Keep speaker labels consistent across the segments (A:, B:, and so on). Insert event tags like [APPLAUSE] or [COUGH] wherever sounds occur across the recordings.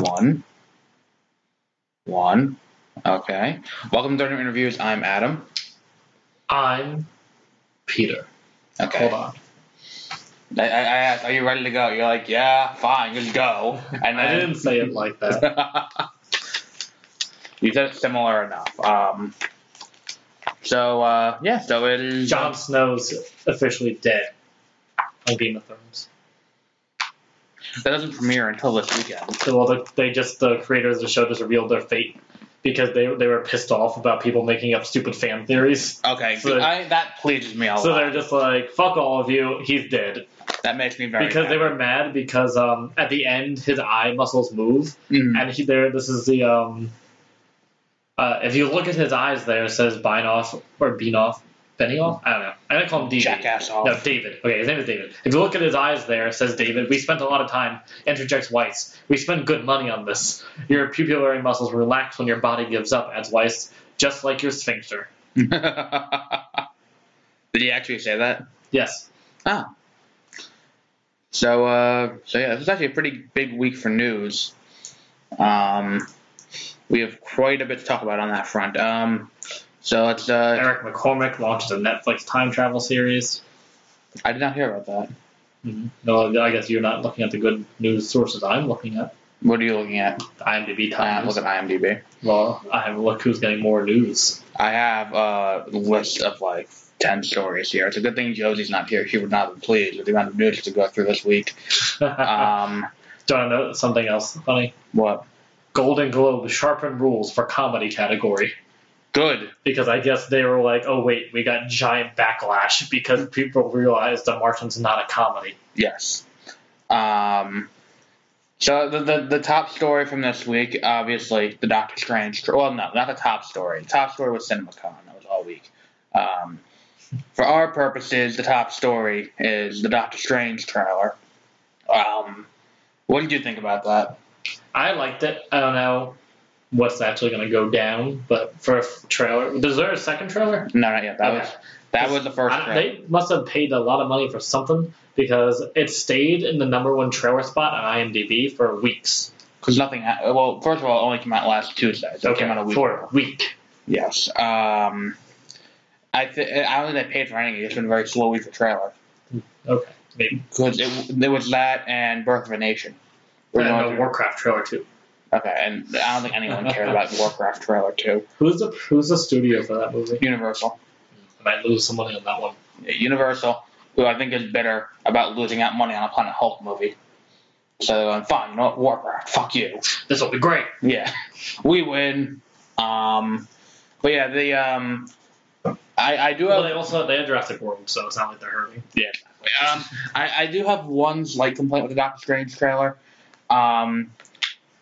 A: One. One. Okay. Welcome to Dirty Interviews. I'm Adam.
B: I'm Peter.
A: Okay.
B: Hold on.
A: I, I I asked, are you ready to go? You're like, yeah, fine, just go. And
B: I
A: then
B: didn't say it like that.
A: [LAUGHS] you said it's similar enough. Um, so uh, yeah, so it is. uh,
B: Jon Snow's officially dead on Game of Thrones.
A: That doesn't premiere until this weekend.
B: So, well, the- they just the creators of the show just revealed their fate because they they were pissed off about people making up stupid fan theories.
A: Okay,
B: So-
A: I, that pleases me a
B: So
A: lot.
B: they're just like, fuck all of you, he's dead.
A: That makes me very
B: Because
A: mad.
B: they were mad because um at the end his eye muscles move
A: Mm.
B: and he there this is the um uh if you look at his eyes there it says Binoff or Beanoff Benioff? I don't know. I don't call him DB.
A: jackass off.
B: No, David. Okay, his name is David. If you look at his eyes there, it says David. We spent a lot of time, interjects Weiss. We spent good money on this. Your pupillary muscles relax when your body gives up, adds Weiss, just like your sphincter.
A: [LAUGHS] Did he actually say that?
B: Yes.
A: Ah. So, uh, so yeah, this is actually a pretty big week for news. Um, we have quite a bit to talk about on that front. Um, so let's. Uh,
B: Eric McCormick launched a Netflix time travel series. Mm-hmm.
A: I did not hear about that.
B: No, I guess you're not looking at the good news sources I'm looking at.
A: What are you looking at?
B: IMDb
A: I have
B: time.
A: look at IMDb.
B: well, I have a look who's getting more news. [LAUGHS]
A: I have a list of like ten stories here. It's a good thing Josie's not here. She would not be pleased with the amount of news to go through this week. Um,
B: Do you want to know something else funny?
A: what?
B: Golden Globe sharpened rules for comedy category.
A: Good.
B: because I guess they were like, oh wait, we got giant backlash because people realized The Martian's not a comedy.
A: Yes. Um, so the, the the top story from this week, obviously, the Doctor Strange. Well, no, not the top story. The top story was CinemaCon. That was all week. Um, for our purposes, the top story is the Doctor Strange trailer. Um, what did you think about that?
B: I liked it. I don't know what's actually going to go down, but for a f- trailer, is there a second trailer?
A: No, not yet. That
B: Okay.
A: was that was the first.
B: I,
A: trailer.
B: they must have paid a lot of money for something because it stayed in the number one trailer spot on IMDb for weeks.
A: Because nothing. ha- Well, first of all, it only came out last Tuesday. So it came out a week.
B: for a week.
A: Yes. Um, I th- I don't think they paid for anything. It's been a very slow week for trailer
B: Okay, maybe.
A: because it there was that and Birth of a Nation. We're
B: And
A: going
B: a
A: through-
B: Warcraft trailer too.
A: okay, and I don't think anyone cared about Warcraft trailer two.
B: Who's the Who's the studio for that movie?
A: Universal,
B: I might lose some money on that one.
A: Universal, who I think is bitter about losing out money on a Planet Hulk movie. So I'm fine. You know what? Warcraft. Fuck you.
B: This will be great.
A: Yeah, we win. Um, but yeah, the um, I I do have
B: Well, they also they had Jurassic World, so it's not like they're hurting.
A: Um, I, I do have one slight complaint with the Doctor Strange trailer. Um,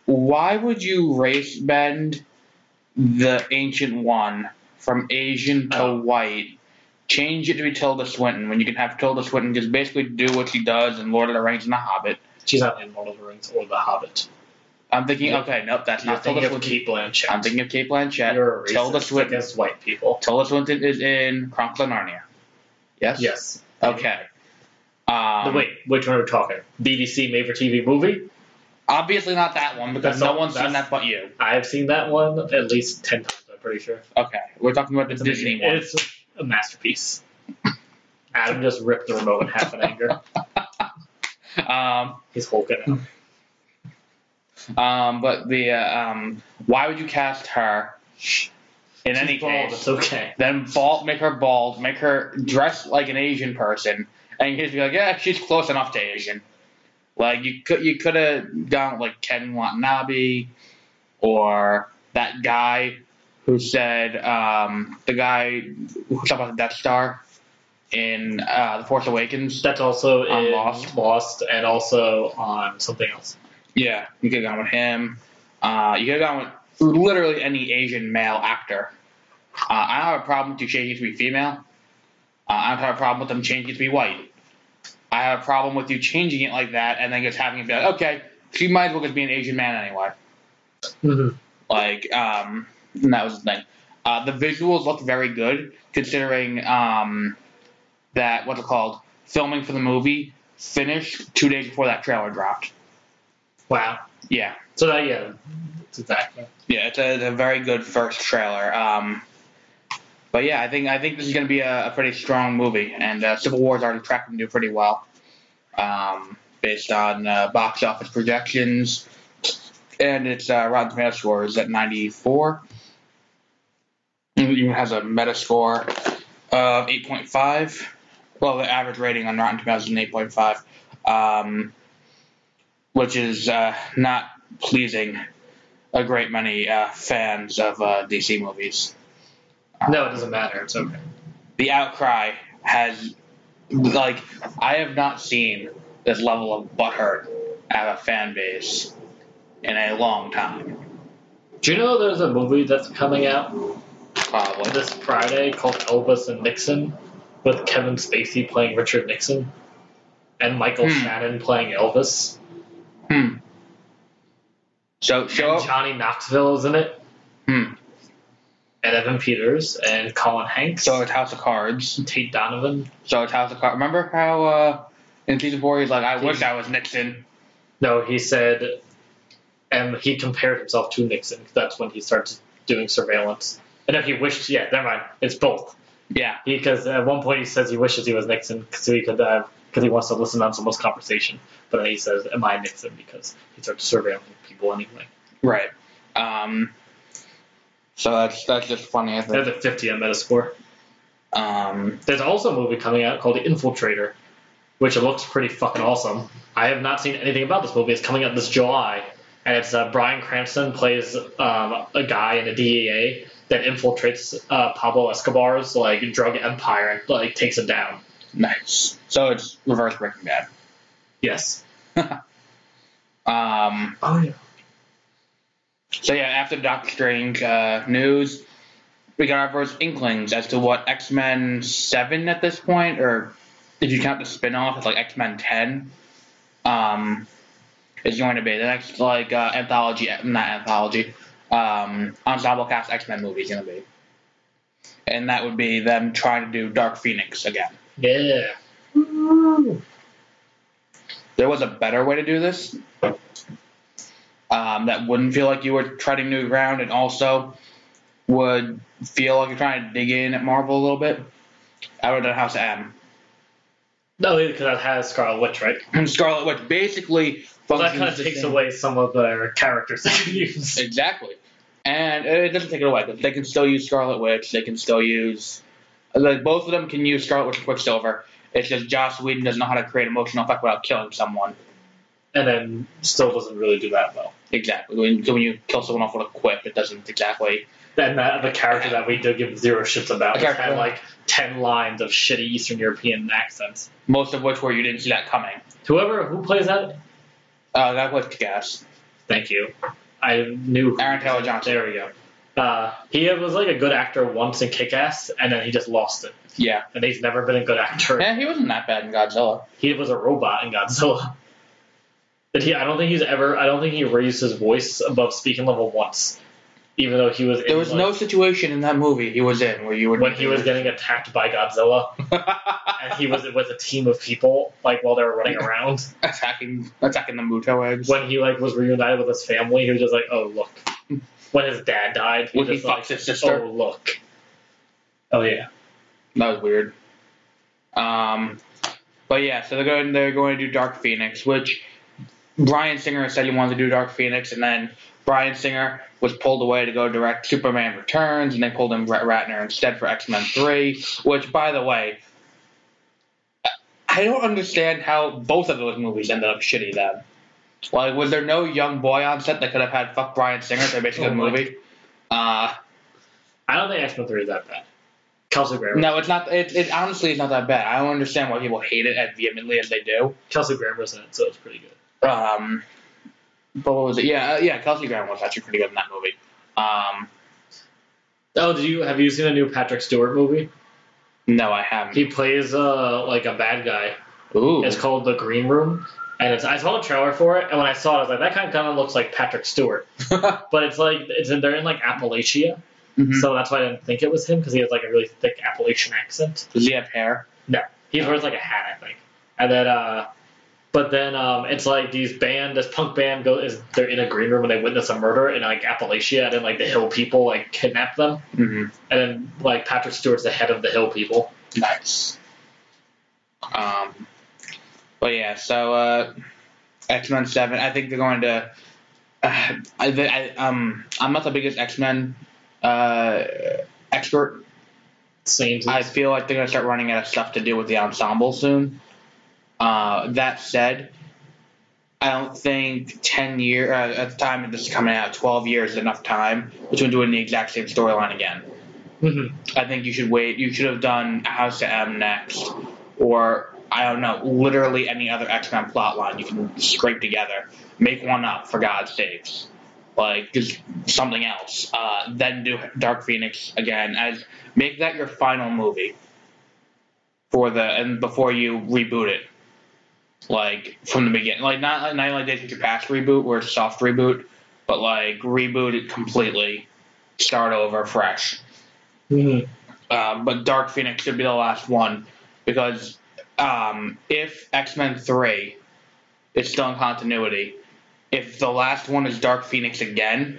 A: why would you race bend the Ancient One from Asian to
B: Oh.
A: white? Change it to be Tilda Swinton when you can have Tilda Swinton just basically do what she does in Lord of the Rings and The Hobbit.
B: She's not in Lord of the Rings or The Hobbit.
A: I'm thinking,
B: Yeah.
A: okay, nope, that's
B: You're
A: not Tilda
B: thinking of
A: Swinton.
B: Kate Blanchett.
A: I'm thinking of Kate Blanchett.
B: You're a
A: Tilda
B: racist
A: Swinton.
B: against white people.
A: Tilda Swinton is in Chronicles of Narnia. Yes.
B: Yes.
A: Okay. Um,
B: But wait, which one are we talking? BBC made for TV movie?
A: Obviously not that one because
B: That's
A: no
B: not-
A: one's seen
B: that's-
A: that but you.
B: I've seen that one at least ten times. I'm pretty sure.
A: Okay, we're talking about the Disney
B: amazing.
A: one.
B: It's a masterpiece. Adam just ripped the remote in half in anger.
A: Um,
B: He's hulking out.
A: um, but the uh, um, why would you cast her? In any
B: She's bald,
A: case,
B: it's okay.
A: then bald, make her bald, make her dress like an Asian person, and you just be like, yeah, she's close enough to Asian. Like you could you could have gone with, like Ken Watanabe, or that guy who said um, the guy who talked about the Death Star in uh, the Force Awakens.
B: That's also
A: I'm
B: in
A: lost.
B: Lost and also on something else.
A: Yeah, you could have gone with him. Uh, you could have gone with literally any Asian male actor. Uh, I don't have a problem with you changing it to be female. Uh, I don't have a problem with them changing it to be white. I have a problem with you changing it like that and then just having it be like, okay, she might as well just be an Asian man anyway.
B: Mm-hmm.
A: Like, um, and that was the thing. Uh, the visuals looked very good considering um, that, what's it called, filming for the movie finished two days before that trailer dropped.
B: Wow.
A: Yeah,
B: So that yeah, that's exactly.
A: yeah, it's a, it's a very good first trailer. Um, but yeah, I think I think this is going to be a, a pretty strong movie, and uh, Civil War is already tracking to do pretty well, um, based on uh, box office projections, and its uh, Rotten Tomato score is at ninety four. It even has a Meta score of eight point five. Well, the average rating on Rotten Tomatoes is eight point five, um, which is uh, not pleasing a great many uh, fans of uh, DC movies.
B: No, it doesn't matter. It's okay.
A: The outcry has, like, I have not seen this level of butthurt at a fan base in a long time.
B: Do you know there's a movie that's coming out
A: Probably.
B: this Friday called Elvis and Nixon, with Kevin Spacey playing Richard Nixon, and Michael
A: Hmm.
B: Shannon playing Elvis,
A: Hmm. So show
B: and
A: up.
B: Johnny Knoxville is in it,
A: Hmm.
B: and Evan Peters and Colin Hanks,
A: So it's House of Cards.
B: Tate Donovan.
A: So it's House of Cards. Remember how uh, in season four he's like, I
B: Season-
A: wish I was Nixon.
B: No, he said, and he compared himself to Nixon. 'cause That's when he starts doing surveillance. And if he wished, yeah, never mind. It's both.
A: Yeah.
B: Because at one point he says he wishes he was Nixon so he could because he wants to listen on someone's conversation. But then he says, "Am I Nixon?" Because he starts surveilling people anyway.
A: Right. Um. So that's that's just funny. I
B: There's
A: think.
B: a 50 on Metascore.
A: Um.
B: There's also a movie coming out called The Infiltrator, which looks pretty fucking awesome. I have not seen anything about this movie. It's coming out this July, and it's uh, Brian Cranston plays um, a guy in the DEA that infiltrates uh, Pablo Escobar's like drug empire and like takes him down.
A: Nice. So it's reverse Breaking Bad.
B: Yes.
A: Um,
B: Oh yeah.
A: so yeah, after Doctor Strange uh, news, we got our first inklings as to what X Men Seven at this point, or if you count the spin off, it's like X Men Ten. Um, is going to be the next like uh, anthology, not anthology, um, ensemble cast X Men movie is going to be, and that would be them trying to do Dark Phoenix again.
B: Yeah.
A: there was a better way to do this um, that wouldn't feel like you were treading new ground and also would feel like you're trying to dig in at Marvel a little bit. I would have done House of M.
B: No, because that has Scarlet Witch, right?
A: And [CLEARS THROAT] Scarlet Witch basically
B: Well, that
A: functions
B: kind of
A: the
B: takes
A: same-
B: away some of their characters they can use.
A: Exactly. And it doesn't take it away. They can still use Scarlet Witch. They can still use. Like, both of them can use Scarlet Witch and Quicksilver. It's just Joss Whedon doesn't know how to create emotional effect without killing someone.
B: and then still doesn't really do that well.
A: Exactly. When, so when you kill someone off with a quip, it doesn't exactly
B: And that the character that we do give zero shits about
A: Okay.
B: had like ten lines of shitty Eastern European accents.
A: most of which were you didn't see that coming.
B: Whoever who plays that,
A: Uh, that was gas.
B: thank you. I knew
A: Aaron Taylor Johnson.
B: There we go. Uh, he was like a good actor once in Kick Ass, and then he just lost it.
A: Yeah.
B: And he's never been a good actor.
A: Yeah, he wasn't that bad in Godzilla.
B: he was a robot in Godzilla. But he, I don't think he's ever. I don't think he raised his voice above speaking level once, even though he was. in,
A: There was
B: like,
A: no situation in that movie he was in where you would
B: when he was getting attacked by Godzilla, and he was with a team of people, like while they were running around.
A: [LAUGHS] attacking attacking the Muto eggs.
B: When he like was reunited with his family, he was just like, "Oh look." When his dad died, he
A: When he
B: just like,
A: fucks his sister.
B: "Oh look." Oh yeah,
A: That was weird. Um, but yeah, so they're going they're going to do Dark Phoenix, which Brian Singer said he wanted to do Dark Phoenix, and then Brian Singer was pulled away to go direct Superman Returns, and they pulled in Brett Ratner instead for X Men Three. Which, by the way, I don't understand how both of those movies ended up shitty. Then, like, was there no young boy on set that could have had fuck Brian Singer to make a
B: Oh
A: good
B: my-
A: movie? Uh,
B: I don't think X Men Three is that bad. Kelsey Grammer.
A: no, it's not. It, it honestly is not that bad. I don't understand why people hate it as vehemently as they do.
B: Kelsey Grammer's in it, so it's pretty good.
A: Um, but what was it? Yeah, uh, yeah. Kelsey Grammer was actually pretty good in that movie. Um,
B: Oh, do you have you seen a new Patrick Stewart movie?
A: no, I haven't.
B: He plays uh like a bad guy.
A: Ooh,
B: It's called The Green Room, and it's I saw a trailer for it, and when I saw it, I was like, that kind of kind of looks like Patrick Stewart. [LAUGHS] But it's like it's in, they're in like Appalachia,
A: Mhm.
B: so that's why I didn't think it was him because he has like a really thick Appalachian accent.
A: Does he have hair?
B: He wears like a hat, I think, and then uh, But then um, it's like these band, this punk band, go is they're in a green room and they witness a murder in like Appalachia, and then like the Hill people like kidnap them,
A: hmm
B: and then like Patrick Stewart's the head of the Hill people.
A: Nice. Um, but yeah, so uh, X Men Seven. I think they're going to. Uh, I, thi- I um I'm not the biggest X Men uh, expert.
B: Seems
A: I feel like they're going to start running out of stuff to do with the ensemble soon. Uh, that said, I don't think ten year uh, at the time of this is coming out, twelve years is enough time between doing the exact same storyline again.
B: Mhm.
A: I think you should wait. You should have done House of M next, or I don't know, literally any other X Men plot line you can scrape together. Make one up for God's sakes, like just something else. Uh, then do Dark Phoenix again as make that your final movie for the and before you reboot it, like from the beginning, like not not like Days Future Past reboot or soft reboot, but like reboot it completely, start over fresh.
B: Mhm.
A: Uh, but Dark Phoenix should be the last one because um, if X Men three is still in continuity, if the last one is Dark Phoenix again,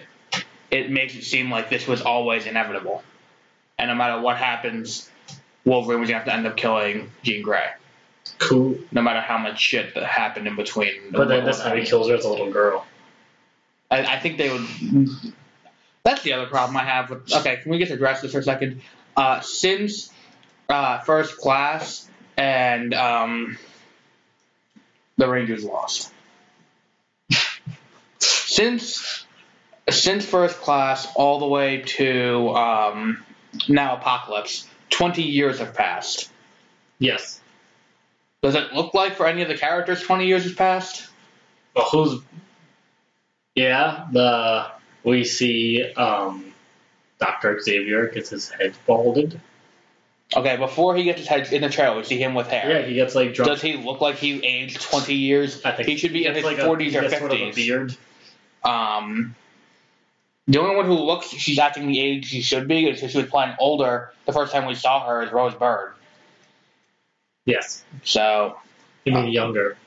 A: it makes it seem like this was always inevitable, and no matter what happens, Wolverine was gonna have to end up killing Jean Grey,
B: cool.
A: no matter how much shit that happened in between.
B: But then this time he kills her as a little girl.
A: I, I think they would. That's the other problem I have with. Okay, can we just address this for a second? Uh, since uh, first class and um, the Rangers lost. since since first class all the way to um, now apocalypse, twenty years have passed.
B: Yes.
A: Does it look like for any of the characters twenty years has passed?
B: Well, who's? Yeah, the we see um, Doctor Xavier gets his head balded.
A: Okay, before he gets his head in the trailer, we see him with hair.
B: Yeah, he gets like drunk.
A: Does he look like he aged 20 years?
B: I think
A: he should be in
B: gets,
A: his
B: like, a-
A: 40s
B: he
A: or
B: gets
A: 50s.
B: Sort of a beard.
A: Um, the only one who looks she's acting the age she should be is 'cause she was playing older the first time we saw her is Rose Byrne.
B: Yes,
A: So
B: you mean
A: Uh,
B: younger?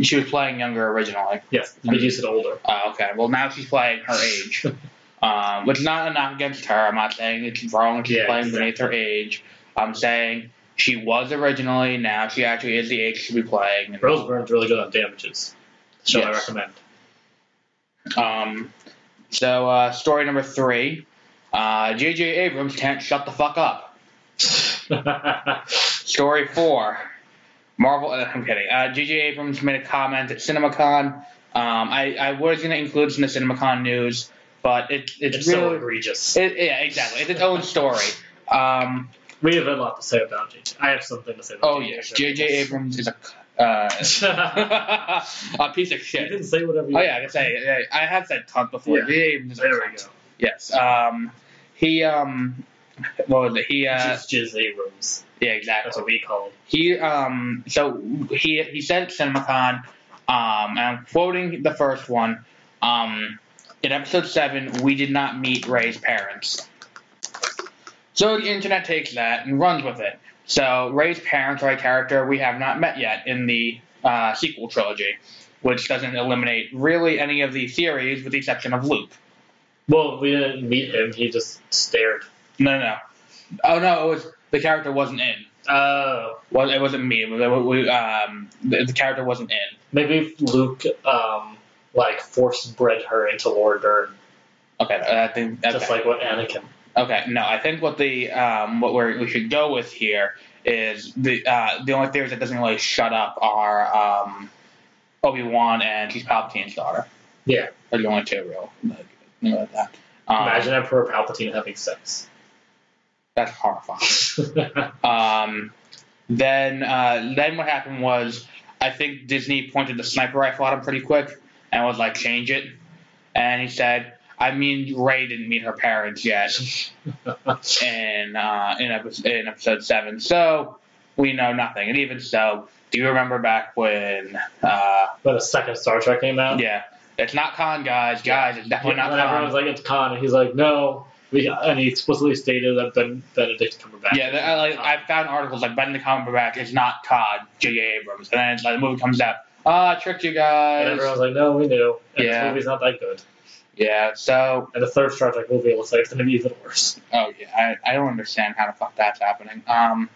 A: she was playing younger originally.
B: Yes, but you said older.
A: Uh, okay, well now she's playing her
B: [LAUGHS]
A: age, um, which is not a knock against her. I'm not saying it's wrong. She's
B: Yeah,
A: playing beneath her age. I'm saying she was originally. Now she actually is the age she should be playing. And
B: Rose Byrne's really good on damages. Show I
A: Yes. [LAUGHS]
B: recommend.
A: Um, so uh, story number three, uh, J.J. Abrams can't shut the fuck up. Story four, Marvel. uh, I'm kidding. Uh, J.J. Abrams made a comment at CinemaCon. Um, I, I was gonna include this in the CinemaCon news, but it, it's,
B: it's so
A: really
B: egregious.
A: it, yeah exactly it's its own story. Um,
B: we have a lot to say about JJ. I have something to say. about
A: oh yes, J.J.
B: [LAUGHS]
A: Abrams is a c- uh,
B: Abrams.
A: [LAUGHS] a piece of
B: you
A: shit.
B: didn't say whatever. You
A: Oh yeah, I can say yeah, I have said cunt before.
B: Yeah.
A: J.J. Abrams is a
B: There we
A: cunt.
B: go.
A: Yes. Um, he um, what was it? He uh,
B: Jizz Jizz Abrams.
A: yeah,
B: That's
A: exactly.
B: what we call him.
A: He um, so he he said at CinemaCon, um, and I'm quoting the first one. Um, in episode seven, we did not meet Ray's parents. So the internet takes that and runs with it. So Ray's parents are a character we have not met yet in the uh, sequel trilogy, which doesn't eliminate really any of the theories with the exception of Luke.
B: Well, we didn't meet him. He just stared.
A: No, no, no. Oh no, it was the character wasn't in.
B: Oh,
A: Well, it wasn't me. It was, it, we, um, the, the character wasn't in.
B: maybe if Luke, um, like force bred her into Laura Dern,
A: Okay, I think. Okay.
B: just like what Anakin.
A: okay, no, I think what the um, what we're, we should go with here is the uh, the only theories that doesn't really shut up are um, Obi Wan and she's Palpatine's daughter.
B: Yeah.
A: are the only two real. Like, you know, like that. Um,
B: Imagine Emperor Palpatine having sex. [LAUGHS]
A: that's horrifying. Um, then uh, then what happened was I think Disney pointed the sniper rifle at him pretty quick and was like, change it. And he said, I mean, Ray didn't meet her parents yet in uh, in, episode, in episode seven, so we know nothing. And even so, do you remember back when? Uh,
B: when the second Star Trek came out,
A: yeah, it's not con, guys. Guys, it's definitely
B: when
A: not
B: everyone
A: con.
B: was like, "It's Khan," and he's like, "No." We, and he explicitly stated that ben, Benedict Cumberbatch.
A: Yeah, I, like, I found articles like Ben the Cumberbatch is not Todd J.J. Abrams, and then it's like the movie comes out. ah, I tricked you
B: And
A: guys.
B: everyone's like, no, we knew. And
A: Yeah.
B: this movie's not that good.
A: Yeah, so
B: And the third Star Trek movie looks like it's going to be even worse.
A: oh yeah, I, I don't understand how the fuck that's happening. Um,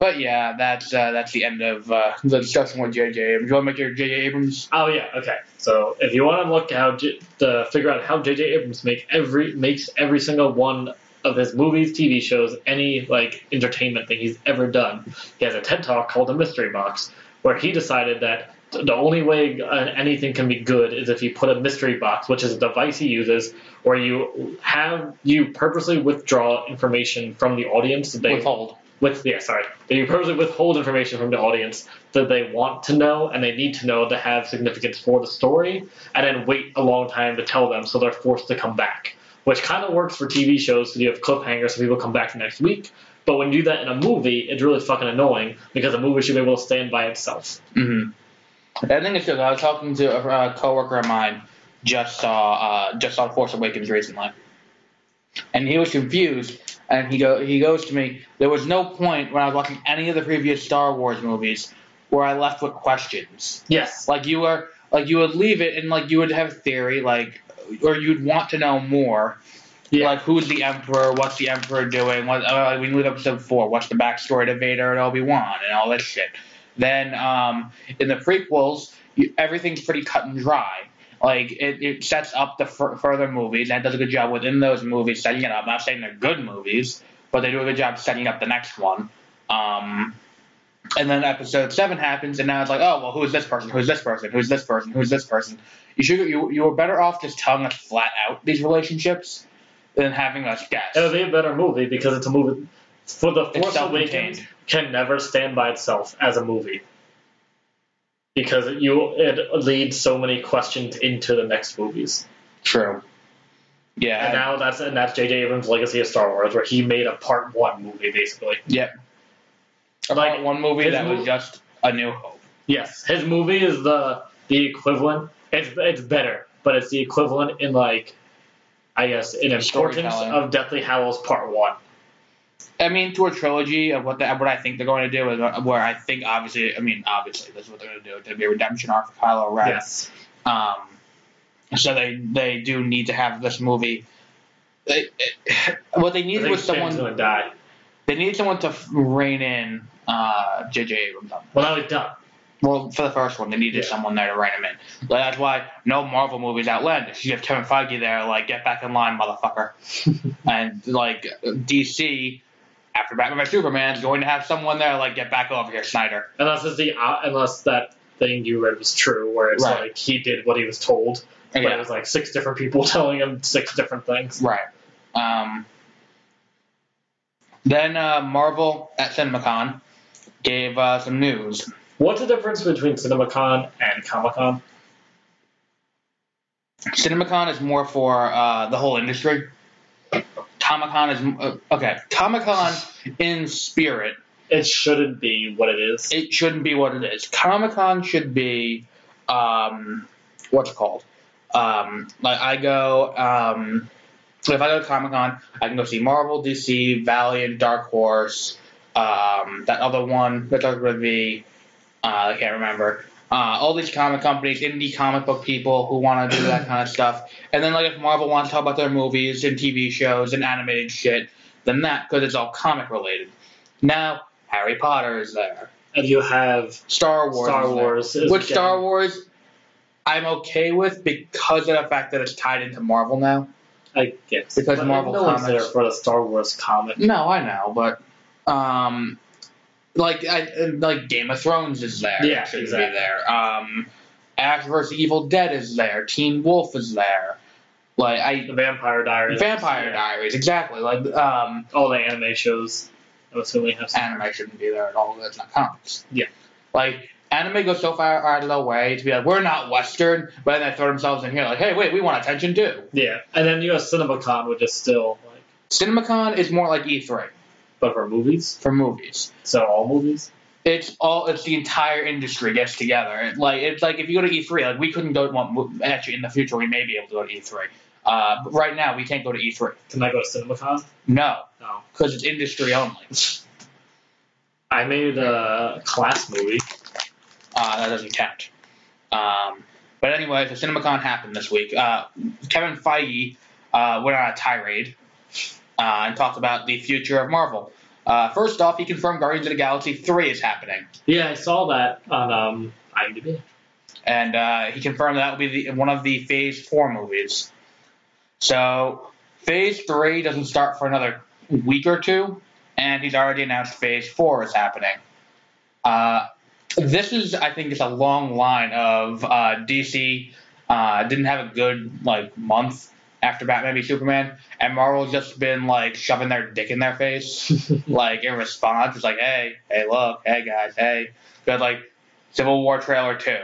A: but yeah, that's uh, that's the end of uh, the discussion with J.J. Abrams. You want to make your J.J. Abrams?
B: Oh yeah, okay. So if you want to look how J- to figure out how J.J. Abrams make every makes every single one of his movies, TV shows, any like entertainment thing he's ever done, he has a TED talk called The Mystery Box, where he decided that the only way uh, anything can be good is if you put a mystery box, which is a device he uses, where you have you purposely withdraw information from the audience that they
A: Withhold.
B: with yeah, sorry, they purposely withhold information from the audience that they want to know and they need to know to have significance for the story, and then wait a long time to tell them, so they're forced to come back. Which kind of works for TV shows because you have cliffhangers, so people come back the next week. But when you do that in a movie, it's really fucking annoying because a movie should be able to stand by itself.
A: hmm I think it's good. I was talking to a, a coworker of mine just saw uh, just saw Force Awakens recently, and he was confused. And he go he goes to me. There was no point when I was watching any of the previous Star Wars movies where I left with questions.
B: Yes.
A: Like you were like you would leave it and like you would have theory like or you'd want to know more.
B: Yeah.
A: Like who's the emperor? What's the emperor doing? What uh, like, we leave episode four. What's the backstory to Vader and Obi Wan and all this shit? Then um, in the prequels, you, everything's pretty cut and dry. Like it, it sets up the fur- further movies and it does a good job within those movies setting it up. I'm not saying they're good movies, but they do a good job setting up the next one. Um, and then episode seven happens, and now it's like, oh well, who's this person? Who's this person? Who's this person? Who's this person? You should you you were better off just telling us flat out these relationships than having us guess.
B: It would be a better movie because it's a movie. For the
A: It's
B: Force
A: self-contained.
B: Awakens can never stand by itself as a movie because it, you it leads so many questions into the next movies.
A: True. Yeah.
B: And now that's and that's J.J. Abrams' legacy of Star Wars, where he made a part one movie basically.
A: yep.
B: like,
A: About one movie
B: his
A: that was
B: mov-
A: just a new hope.
B: Yes, his movie is the the equivalent. It's it's better, but it's the equivalent in like, I guess, in importance
A: Storytelling.
B: of Deathly Hallows Part One.
A: I mean, to a trilogy of what the, what I think they're going to do is where I think obviously I mean obviously that's what they're going to do. There'll be a redemption arc for Kylo Ren.
B: Yes.
A: Um, so they they do need to have this movie. They, [SIGHS] what they
B: I
A: needed
B: think
A: was someone
B: Finn's gonna die.
A: They need someone to f- rein in uh, J.J. Abrams. on that.
B: Well, now he's done.
A: Well, for the first one, they needed
B: Yeah.
A: someone there to rein him in. Like, that's why no Marvel movie's outlandish. You have Kevin Feige there, like, get back in line, motherfucker. and, like, DC, after Batman vs Superman, is going to have someone there, like, get back over here, Snyder.
B: Unless it's the uh, unless that thing you read was true, where it's
A: Right.
B: like he did what he was told, but it
A: Yeah,
B: was like six different people [LAUGHS] telling him six different things.
A: right. Um, then uh, Marvel at CinemaCon gave uh, some news.
B: What's the difference between CinemaCon and Comic Con?
A: CinemaCon is more for uh, the whole industry. Comic Con is uh, okay. Comic Con in spirit,
B: It shouldn't be what it is.
A: it shouldn't be what it is. Comic Con should be, um, what's it called? Um, like I go, um, if I go to Comic Con, I can go see Marvel, DC, Valiant, Dark Horse, um, that other one that does with the, uh, I can't remember. Uh, all these comic companies, indie comic book people who want to do that kind of stuff, and then like if Marvel wants to talk about their movies and TV shows and animated shit, then that because it's all comic related. Now Harry Potter is there.
B: and you have
A: Star Wars.
B: Star
A: is there.
B: Wars. Is
A: Which Star
B: getting-
A: Wars I'm okay with because of the fact that it's tied into Marvel now.
B: I guess
A: Because
B: But
A: Marvel
B: no one's there
A: Comics-
B: for the Star Wars comic.
A: No, I know, but um, like I, and, like Game of Thrones is there.
B: Yeah,
A: It should
B: exactly.
A: Be there. Um, Ash vs. Evil Dead is there. Teen Wolf is there. Like I,
B: The Vampire Diaries,
A: Vampire
B: yeah.
A: Diaries, exactly. Like um,
B: all the anime shows. I'm assuming have some.
A: anime shouldn't be there at all. That's not comics.
B: Yeah.
A: Like anime goes so far out of their way to be like, we're not Western, but then they throw themselves in here like, hey, wait, we want attention too.
B: Yeah, and then you have CinemaCon, which is still like,
A: CinemaCon is more like E3
B: but for movies,
A: for movies.
B: so all movies.
A: It's all it's the entire industry gets together. It, like it's like if you go to E3, like we couldn't go to one. mo- Actually, in the future, we may be able to go to E3. Uh, but right now, we can't go to E3.
B: Can I go to CinemaCon?
A: No,
B: No.
A: because it's industry only.
B: I made a class movie.
A: Uh, that doesn't count. Um, but anyway, so CinemaCon happened this week. Uh, Kevin Feige uh, went on a tirade uh, and talked about the future of Marvel. Uh, first off, he confirmed Guardians of the Galaxy 3 is happening.
B: Yeah, I saw that on um, IMDb.
A: And uh, he confirmed that will be the, one of the Phase 4 movies. So, Phase 3 doesn't start for another week or two, and he's already announced Phase 4 is happening. Uh, this is, I think, just a long line of uh, DC uh, didn't have a good like month after Batman v Superman, and Marvel's just been like shoving their dick in their face, like in response. It's like, hey, hey, look, hey guys, hey. Got like Civil War trailer two,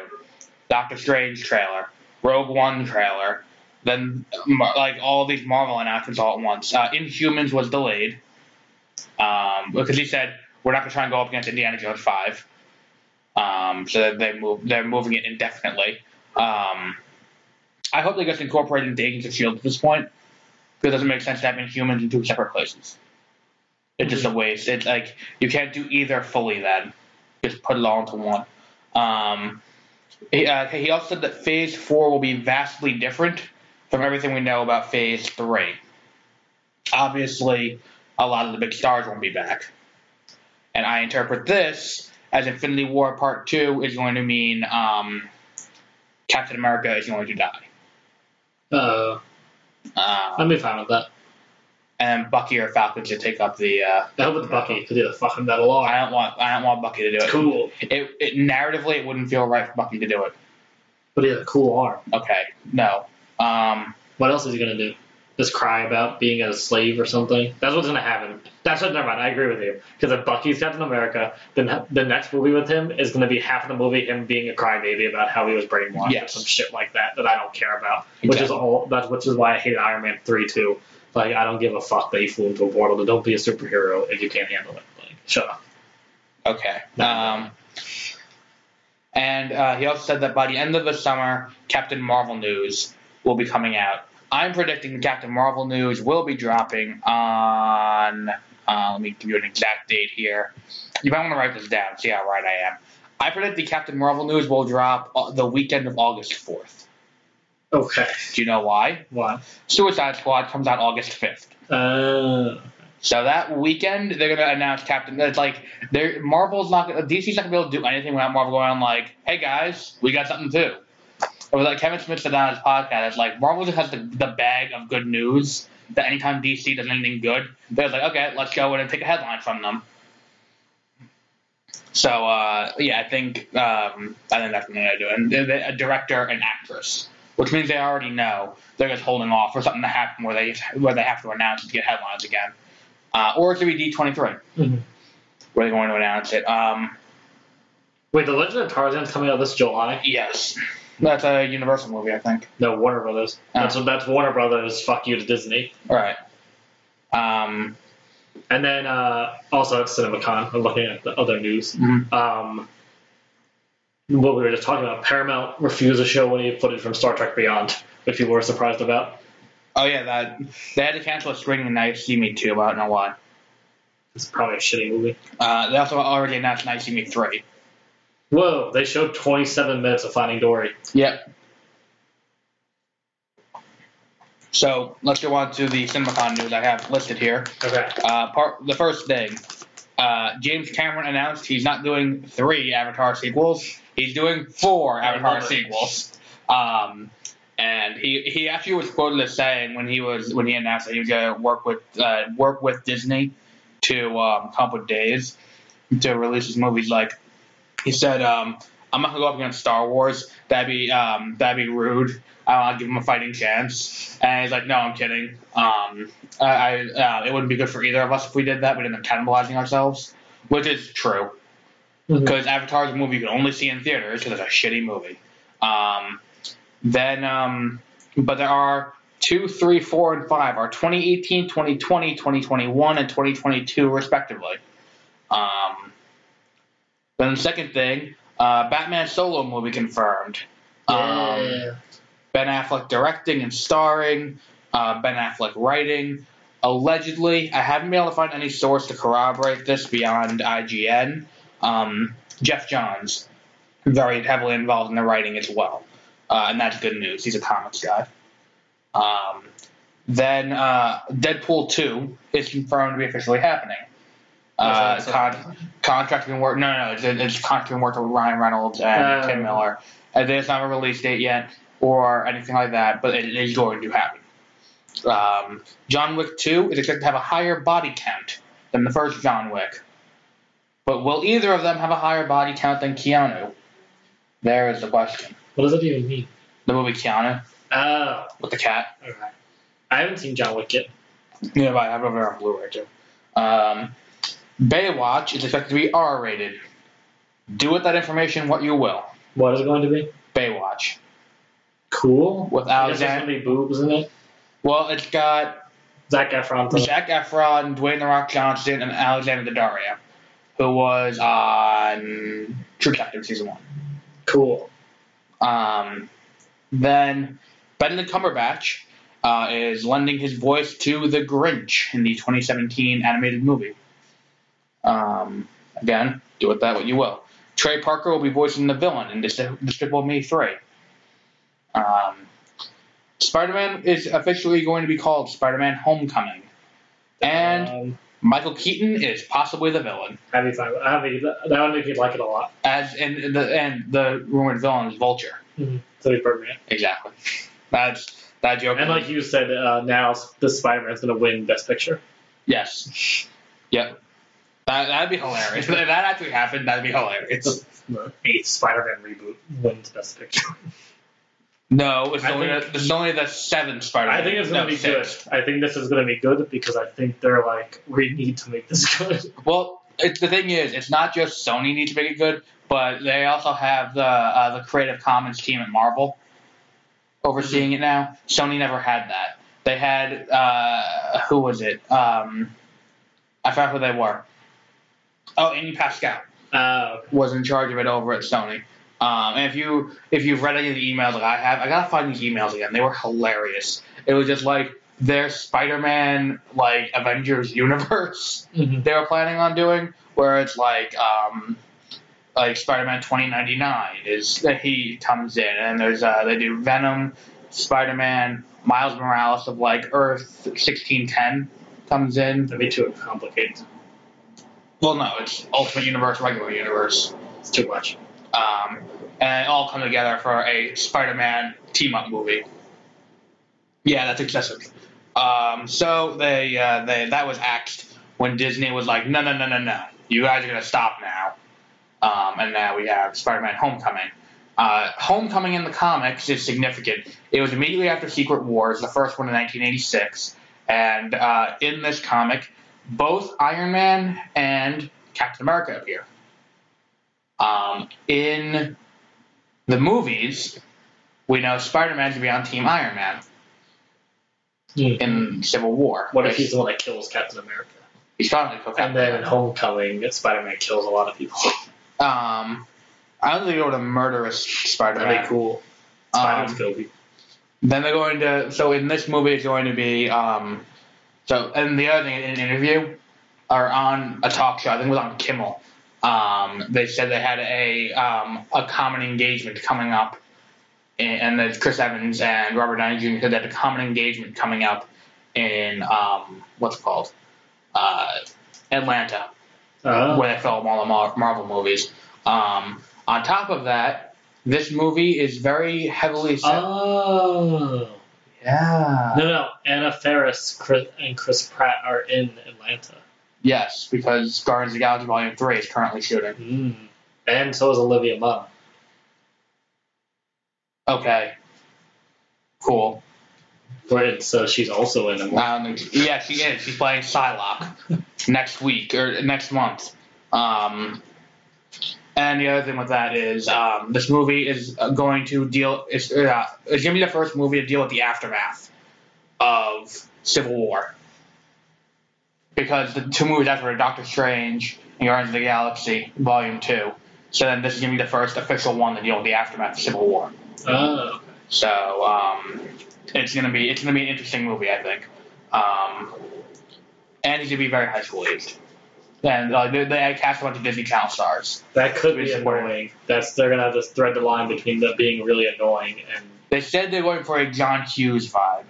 A: Doctor Strange trailer, Rogue One trailer, then mar- like all these Marvel announcements all at once. Uh, Inhumans was delayed um, because he said we're not going to try and go up against Indiana Jones five. Um, so that they move, they're moving it indefinitely. Um, I hope they gets incorporated into Agents of Shield E at this point because it doesn't make sense to have Inhumans in two separate places. It's just a waste. It's like you can't do either fully. Then just put it all into one. Um, he, uh, he also said that Phase Four will be vastly different from everything we know about Phase Three. Obviously, a lot of the big stars won't be back, and I interpret this as Infinity War Part Two is going to mean um, Captain America is going to die,
B: Uh,
A: uh,
B: I'd be fine with that.
A: and Bucky or Falcon should take up the. Uh,
B: I hope it's Bucky because he the fucking that a lot.
A: I don't want. I don't want Bucky to do it.
B: It's cool,
A: It, it narratively, it wouldn't feel right for Bucky to do it.
B: but he has a cool arm.
A: Okay, no. Um,
B: What else is he gonna do? Just cry about being a slave or something? That's what's gonna happen. That's what. Never mind. I agree with you. Because if Bucky's Captain America, then the next movie with him is gonna be half of the movie him being a crybaby about how he was brainwashed
A: Yes.
B: or some shit like that that I don't care about. Which is
A: Exactly.
B: all. That's which is why I hate Iron Man three too. Like I don't give a fuck that he flew into a portal. But don't be a superhero if you can't handle it. Like shut up.
A: okay. Um, and uh, he also said that by the end of the summer, Captain Marvel news will be coming out. I'm predicting the Captain Marvel news will be dropping on. Uh, let me give you an exact date here. You might want to write this down. See how right I am. I predict the Captain Marvel news will drop uh, the weekend of August 4th.
B: Okay.
A: Do you know why?
B: Why?
A: Suicide Squad comes out August 5th.
B: Uh.
A: So that weekend, they're gonna announce Captain. It's like they're Marvel's not gonna- DC's not gonna be able to do anything without Marvel going like, "Hey guys, we got something too." Or like Kevin Smith said on his podcast, it's like Marvel just has the, the bag of good news that anytime DC does anything good, they're like, "Okay, let's go in and pick a headline from them." So uh, yeah, I think um, I think that's what they're gonna do, and they're- they're a director and actress, which means they already know they're just holding off for something to happen where they where they have to announce to get headlines again uh, or it could be D23,
B: Mhm.
A: where they're going to announce it. Um,
B: Wait, The Legend of Tarzan's coming out this July?
A: yes, that's a Universal movie, I think.
B: No, Warner Brothers.
A: Oh.
B: That's that's Warner Brothers. Fuck you to Disney.
A: All right. Um,
B: And then uh, also at CinemaCon, I'm looking at the other news.
A: Mhm.
B: Um, what we were just talking about, Paramount refused to show any footage from Star Trek Beyond, which people were surprised about.
A: oh yeah, that they had to cancel a screening in Night See Me two, but I don't know why.
B: It's probably a shitty movie.
A: Uh, they also already announced Night See Me three.
B: Whoa, they showed 27 minutes of Finding Dory.
A: Yep. So let's go on to the CinemaCon news I have listed here.
B: Okay.
A: Uh, part the first thing. Uh, James Cameron announced he's not doing three Avatar sequels. He's doing four
B: I
A: Avatar
B: love it.
A: sequels. Um, and he, he actually was quoted as saying when he was when he announced that he was going to work with uh, work with Disney to um, come up with days to release his movies. Like he said, um, I'm not gonna go up against Star Wars. That'd be um, that'd be rude. I don't want to give him a fighting chance. And he's like, No, I'm kidding. Um, I, I uh, it wouldn't be good for either of us if we did that. We'd end up cannibalizing ourselves, which is true
B: Mhm.
A: because Avatar is a movie you can only see in theaters because it's a shitty movie. Um, then, um, but there are two, three, four, and five are 2018, 2020, 2021, and 2022 respectively. Um, then the second thing, uh, Batman solo movie confirmed. Um,
B: Yeah.
A: Ben Affleck directing and starring, uh, Ben Affleck writing. Allegedly, I haven't been able to find any source to corroborate this beyond IGN. Um, Jeff Johns very heavily involved in the writing as well, uh, and that's good news. He's a comics guy. Um, then uh, Deadpool two is confirmed to be officially happening. Uh, con- contract been worked. No, no, no, it's, it's contract been worked with Ryan Reynolds and
B: Uh,
A: Tim Miller. And there's not a release date yet or anything like that, but it is going to happen. Um, John Wick two is expected to have a higher body count than the first John Wick. But will either of them have a higher body count than Keanu? There is the question.
B: what does that even mean?
A: The movie Keanu
B: Oh,
A: with the cat.
B: alright. I haven't seen John Wick yet.
A: Yeah, but I have it over there on Blu-ray too. Um, Baywatch is expected to be R-rated. Do with that information what you will.
B: What is it going to be?
A: Baywatch
B: Cool.
A: with
B: I guess there's
A: Alexander.
B: going to be boobs in it.
A: Well, it's got
B: Zac Efron. From,
A: Zac Efron, Dwayne the Rock Johnson, and Alexander Daddario, who was on True Detective season one.
B: cool.
A: Um, then Benedict Cumberbatch uh, is lending his voice to the Grinch in the 2017 animated movie. Um, again, do with that what you will. Trey Parker will be voicing the villain in Dis- Despicable Me 3. Um, Spider Man is officially going to be called Spider Man Homecoming. And
B: um,
A: Michael Keaton is possibly the villain.
B: I'd be fine. with- I'd be, that that would make me like it a lot.
A: As and the and the rumored villain is Vulture.
B: So be Birdman.
A: Exactly. That's that joke.
B: And like you said, uh, now the Spider Man's going to win Best Picture.
A: Yes. Yep. That, that'd be hilarious. if that actually happened, that'd be hilarious.
B: The eighth Spider Man reboot wins Best Picture.
A: No, it's
B: I
A: only
B: think-
A: the, it's only the seventh Spider.
B: I think it's going to be good. I think this is going to be good because I think they're like, we need to make this [LAUGHS] good.
A: good. Well, it's the thing is, it's not just Sony needs to make it good, but they also have the uh, the Creative Commons team at Marvel overseeing it now. Sony never had that. They had uh, who was it? Um, I forgot who they were. Oh, Amy Pascal.
B: Uh,
A: was in charge of it over at Sony. Um, and if you if you've read any of the emails that I have, I gotta find these emails again. They were hilarious. It was just like their Spider-Man like Avengers [LAUGHS] universe
B: mhm.
A: they were planning on doing, where it's like um, like Spider-Man twenty ninety nine is that he comes in, and there's uh, they do Venom, Spider-Man, Miles Morales of like Earth sixteen ten comes in.
B: That'd be too complicated.
A: Well, no, it's Ultimate Universe, regular universe.
B: It's too much.
A: um, and it all come together for a Spider-Man team-up movie. Yeah, that's excessive. Um, so they, uh, they that was axed when Disney was like, no, no, no, no, no, you guys are gonna stop now. Um, and now we have Spider-Man: Homecoming. Uh, Homecoming in the comics is significant. It was immediately after Secret Wars, the first one in 1986, and uh, in this comic, both Iron Man and Captain America appear. Um, in the movies, we know Spider Man to be on Team Iron Man
B: Mm.
A: in Civil War.
B: What if he's the one that kills Captain America?
A: he's finally cooked
B: And then in Homecoming, Spider Man kills a lot of people.
A: Um, I don't think they go to murderous Spider
B: [LAUGHS] That'd
A: Man.
B: be cool. Spider
A: Um,
B: Man's kill people.
A: then they're going to. So in this movie, it's going to be. Um, so and the other thing in an interview, or on a talk show, I think it was on Kimmel. Um, they said they had a um, a common engagement coming up, and, and then Chris Evans and Robert Downey Jr. said they had a common engagement coming up in um, what's it called uh, Atlanta
B: Uh,
A: where they film all the Mar- Marvel movies. Um, on top of that, this movie is very heavily set.
B: oh.
A: yeah.
B: No, no. Anna Ferris Chris, and Chris Pratt are in Atlanta.
A: Yes, because Guardians of the Galaxy Volume Three is currently shooting.
B: Mm. And so is Olivia Munn.
A: Okay. Cool.
B: Right, so she's also in Atlanta.
A: I don't think- yeah, she is. She's playing Psylocke next week or next month. Um, and the other thing with that is um, this movie is uh, going to deal. It's, uh, it's going to be the first movie to deal with the aftermath of Civil War. Because the two movies after were Doctor Strange and Guardians of the Galaxy Volume 2. So then this is going to be the first official one to deal with the aftermath of Civil War.
B: Oh.
A: So um, it's gonna be it's gonna be an interesting movie, I think. Um, and he's gonna be very high school aged. And like they, they cast a bunch of Disney Channel stars.
B: That could be
A: Which is where-
B: annoying. That's they're gonna have to thread the line between that being really annoying and
A: They said they went for a John Hughes vibe.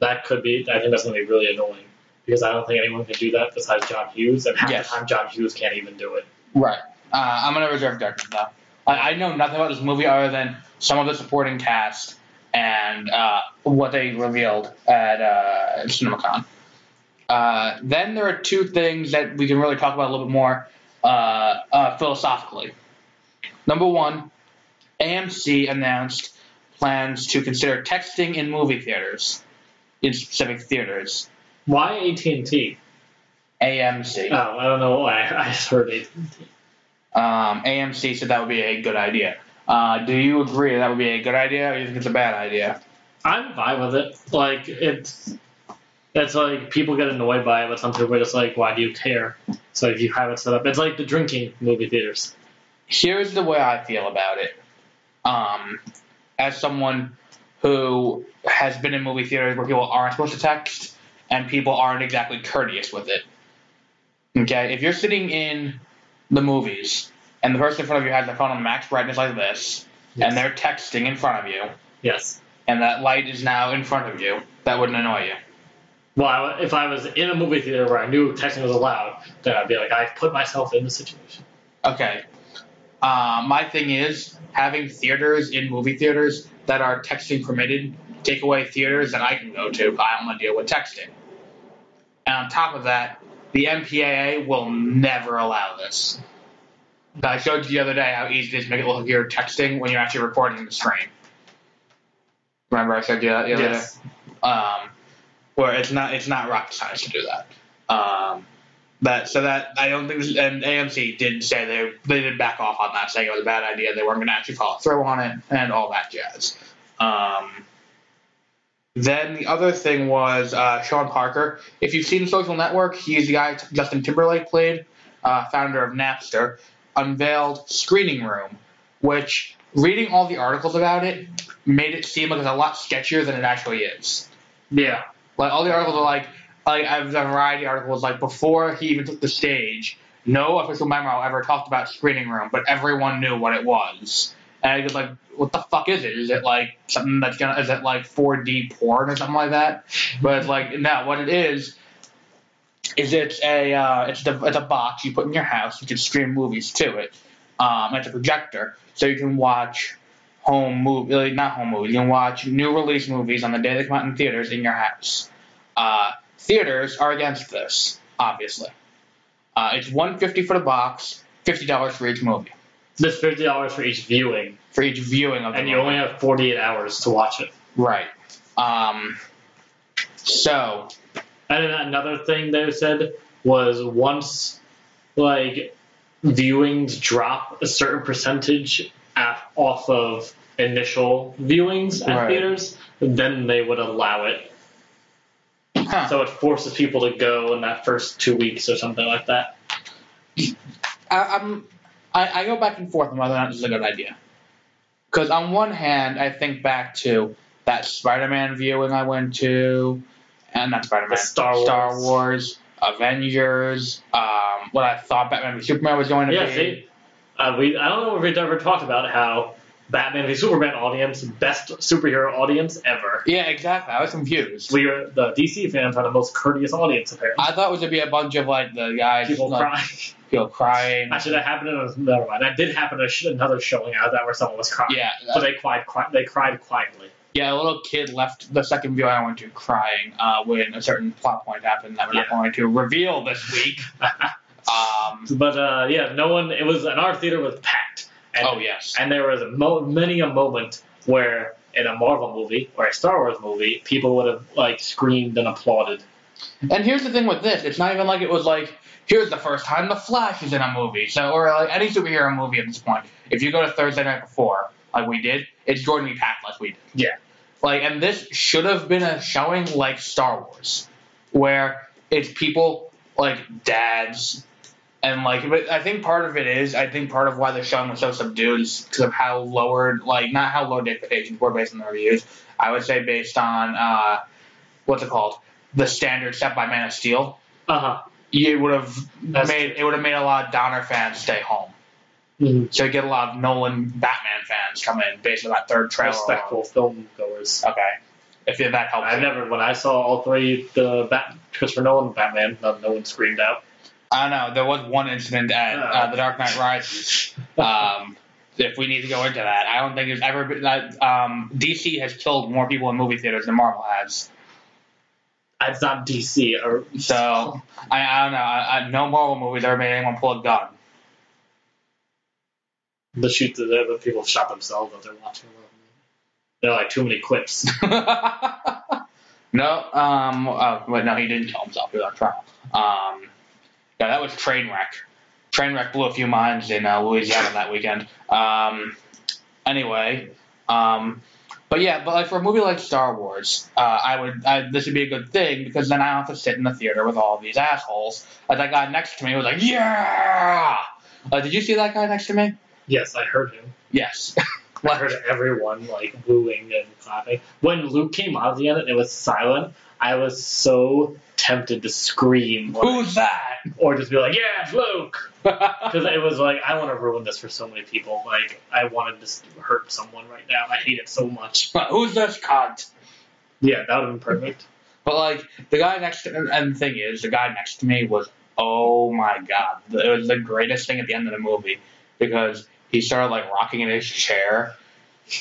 B: that could be. I think that's gonna be really annoying because I don't think anyone can do that besides John Hughes, and half
A: Yes.
B: the time John Hughes can't even do it.
A: Right. Uh, I'm gonna reserve judgment though. I, I know nothing about this movie other than some of the supporting cast and uh, what they revealed at uh, CinemaCon. Uh, then there are two things that we can really talk about a little bit more uh, uh, philosophically. Number one, AMC announced plans to consider texting in movie theaters, in specific theaters.
B: Why AT and T?
A: AMC.
B: Oh, I don't know why [LAUGHS] I just heard it.
A: Um, AMC said that would be a good idea. Uh, do you agree that would be a good idea, or do you think it's a bad idea?
B: I'm fine with it. Like it's it's like people get annoyed by it, but some people are just like, why do you care? So if you have it set up, it's like the drinking movie theaters.
A: Here's the way I feel about it. Um, as someone who has been in movie theaters where people aren't supposed to text and people aren't exactly courteous with it. Okay, if you're sitting in the movies and the person in front of you has their phone on max brightness like this, and they're texting in front of you,
B: yes.
A: and that light is now in front of you, that wouldn't annoy you.
B: Well, I, if I was in a movie theater where I knew texting was allowed, then I'd be like, I put myself in the situation.
A: Okay. Uh, my thing is having theaters in movie theaters that are texting permitted. Take away theaters that I can go to. I don't want to deal with texting. And on top of that, the MPAA will never allow this. I showed you the other day how easy it is to make it look like you're texting when you're actually recording the screen. Remember I showed you that the other day?
B: yes.
A: um, where it's not it's not rocket science to do that. Um, that so that I don't think this, and AMC did say they they did back off on that, saying it was a bad idea. They weren't going to actually follow through on it and all that jazz. Um, then the other thing was uh, Sean Parker. If you've seen Social Network, he's the guy Justin Timberlake played, uh, founder of Napster, unveiled Screening Room, which reading all the articles about it made it seem like it's a lot sketchier than it actually is.
B: Yeah.
A: Like all the articles are like, like I've the variety articles like before he even took the stage, no official memo ever talked about screening room, but everyone knew what it was. And I was like, what the fuck is it? Is it like something that's gonna is it like 4D porn or something like that? But it's like no, what it is is it's a uh, it's the it's a box you put in your house. You can stream movies to it. Um, it's a projector, so you can watch home movie, like, not home movies. You can watch new release movies on the day they come out in theaters in your house. Uh, theaters are against this, obviously. Uh, it's one fifty for the box, fifty dollars for each movie,
B: There's fifty dollars for each viewing,
A: for each viewing of the
B: and you
A: movie.
B: only have forty eight hours to watch it.
A: right. Um, so
B: And then another thing they said was once like viewings drop a certain percentage af off of initial viewings at
A: Right.
B: theaters, then they would allow it.
A: Huh.
B: So it forces people to go in that first two weeks or something like that.
A: I, I'm I, I go back and forth on whether or not this is a good idea. Because on one hand, I think back to that Spider-Man viewing I went to, and not Spider-Man,
B: The Star
A: Star
B: Wars.
A: Wars, Avengers, um, what I thought Batman v Superman was going to
B: Yeah,
A: be.
B: see, uh, we I don't know if we've ever talked about how Batman v Superman audience best superhero audience ever.
A: Yeah, exactly. I was confused.
B: We are the DC fans had the most courteous audience apparently.
A: I thought it was gonna be a bunch of like the guys
B: People
A: like,
B: crying.
A: people crying.
B: [LAUGHS] Actually, that happened in a, never mind. That did happen in a sh- another showing out that where someone was crying.
A: Yeah, uh,
B: But they cried. Qui- they cried quietly. [LAUGHS]
A: Yeah, a little kid left the second viewing I went to crying uh, when a certain plot point happened that we're not
B: Yeah.
A: going to reveal this week. um,
B: But uh, yeah, no one. It was and our theater was packed. And,
A: oh yes,
B: and there was a mo- many a moment where in a Marvel movie or a Star Wars movie, people would have like screamed and applauded.
A: and here's the thing with this: it's not even like it was like here's the first time the Flash is in a movie, so or like any superhero movie at this point. If you go to Thursday night before, like we did, it's going to be packed like we did.
B: Yeah.
A: Like, and this should have been a showing like Star Wars, where it's people like dads, and like, but I think part of it is, I think part of why the showing was so subdued is because of how lowered, like, not how low the expectations were based on the reviews. I would say based on uh, what's it called, the standard set by Man of Steel.
B: Uh huh.
A: you would have
B: That's
A: made it would have made a lot of Donner fans stay home.
B: Mhm.
A: So you get a lot of Nolan Batman fans come in based on that third trailer. alone.
B: respectful film goers.
A: Okay, if that helps.
B: I've
A: you.
B: never, when I saw all three, the Bat, Christopher Nolan Batman, no, no one screamed out.
A: I don't know. There was one incident at
B: Uh.
A: uh, the Dark Knight Rises. Um, if we need to go into that, I don't think there's ever been. That, um, DC has killed more people in movie theaters than Marvel has.
B: It's not DC or
A: So I, I don't know. I, I, no Marvel movie's ever made anyone pull a gun.
B: the shoot the, the people shot themselves that they're watching. They're like too many clips. [LAUGHS]
A: [LAUGHS] no. Um. Oh, wait, no, he didn't kill himself. He was on trial. Um. No, that was Trainwreck. Trainwreck blew a few minds in uh, Louisiana that weekend. Um. Anyway. Um. But yeah, but like for a movie like Star Wars, uh, I would I, this would be a good thing because then I don't have to sit in the theater with all these assholes. Like that guy next to me was like, "Yeah!" Uh, did you see that guy next to me?
B: yes, I heard him.
A: Yes. [LAUGHS]
B: I heard everyone like booing and clapping. When Luke came out at the end and it was silent, I was so tempted to scream like,
A: Who's that? [LAUGHS]
B: or just be like, "Yeah, it's Luke," because it was like I want to ruin this for so many people. Like I wanted to s- hurt someone right now. I hate it so much.
A: Who's this cunt?
B: Yeah, that would have been perfect.
A: But like the guy next to and- and the thing is, the guy next to me was oh my god, it was the greatest thing at the end of the movie because he started like rocking in his chair.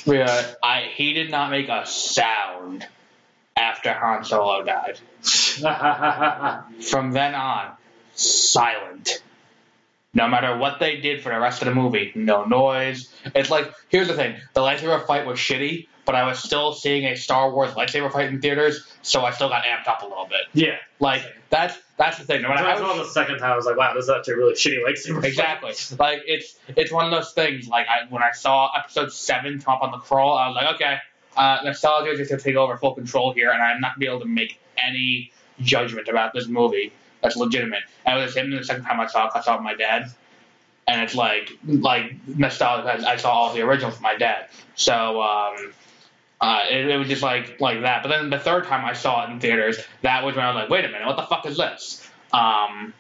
A: Yeah, I he did not make a sound after Han Solo died. From then on, silent. No matter what they did for the rest of the movie, no noise. It's like here's the thing: the lightsaber fight was shitty, but I was still seeing a Star Wars lightsaber fight in theaters, so I still got amped up a little bit.
B: [LAUGHS] yeah,
A: Like that's that's the thing. When
B: when
A: I
B: I saw
A: was,
B: the second time, I was like, "Wow, this is actually a really shitty [LAUGHS] lightsaber." fight.
A: exactly. Like it's it's one of those things. Like I when I saw episode seven come up on the crawl, I was like, okay, uh, nostalgia is just gonna take over full control here, and I'm not gonna be able to make any judgment about this movie that's legitimate. And it was him the second time I saw it. 'cause I saw it with my dad, and it's like like nostalgia. 'cause I saw all the originals with my dad, so. um uh, it, it was just like like that. But then the third time I saw it in theaters, that was when I was like, wait a minute, what the fuck is this? Um,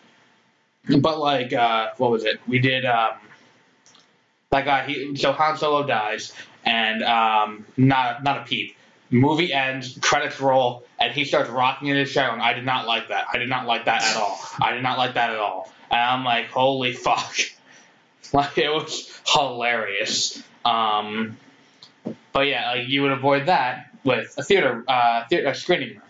A: but like, uh, what was it? We did um, that guy. He so Han Solo dies, and um, not not a peep. Movie ends, credits roll, and he starts rocking in his chair. And I did not like that. I did not like that at all. I did not like that at all. And I'm like, holy fuck! [LAUGHS] Like it was hilarious. Um, but yeah, like you would avoid that with a theater, uh, theater a screening room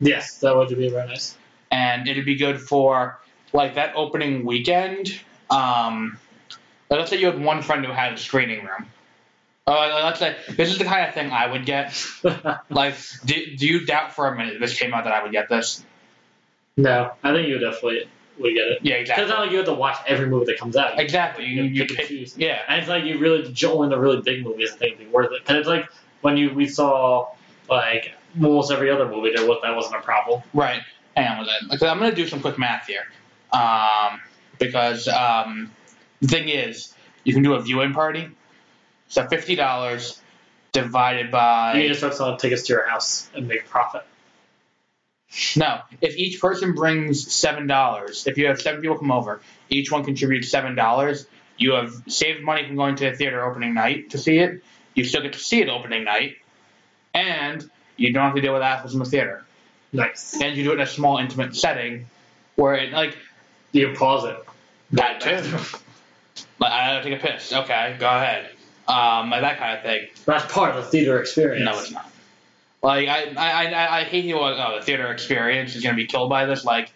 B: Yes, that would be very nice. [LAUGHS]
A: and it'd be good for like that opening weekend. Um, like, let's say you had one friend who had a screening room. Uh, let's say this is the kind of thing I would get. Like, do, do you doubt for a minute this came out that I would get this?
B: no, I think you definitely would get it.
A: Yeah,
B: 'Cause It's
A: exactly.
B: not like you have to watch every movie that comes out.
A: Exactly. You, you
B: pick and
A: pick,
B: choose.
A: yeah.
B: And it's like you really j- only the really big movies I think would be worth it. Because it's like when you we saw like almost every other movie there was that wasn't a problem.
A: Right. Hang on with that. Because I'm going to do some quick math here. Um, because um, the thing is, you can do a viewing party. So $50 divided by.
B: You can just start selling tickets to your house and make profit.
A: No, if each person brings seven dollars, if you have seven people come over, each one contributes seven dollars. You have saved money from going to the theater opening night to see it. You still get to see it opening night, and you don't have to deal with assholes in the theater.
B: Nice.
A: And you do it in a small, intimate setting, where it like
B: You can pause it.
A: that too. Like I gotta take a piss. Okay, go ahead. Um, like that kind of thing.
B: That's part of the theater experience.
A: No, it's not. Like I, I, I, I hate you. Oh, the theater experience is gonna be killed by this. Like,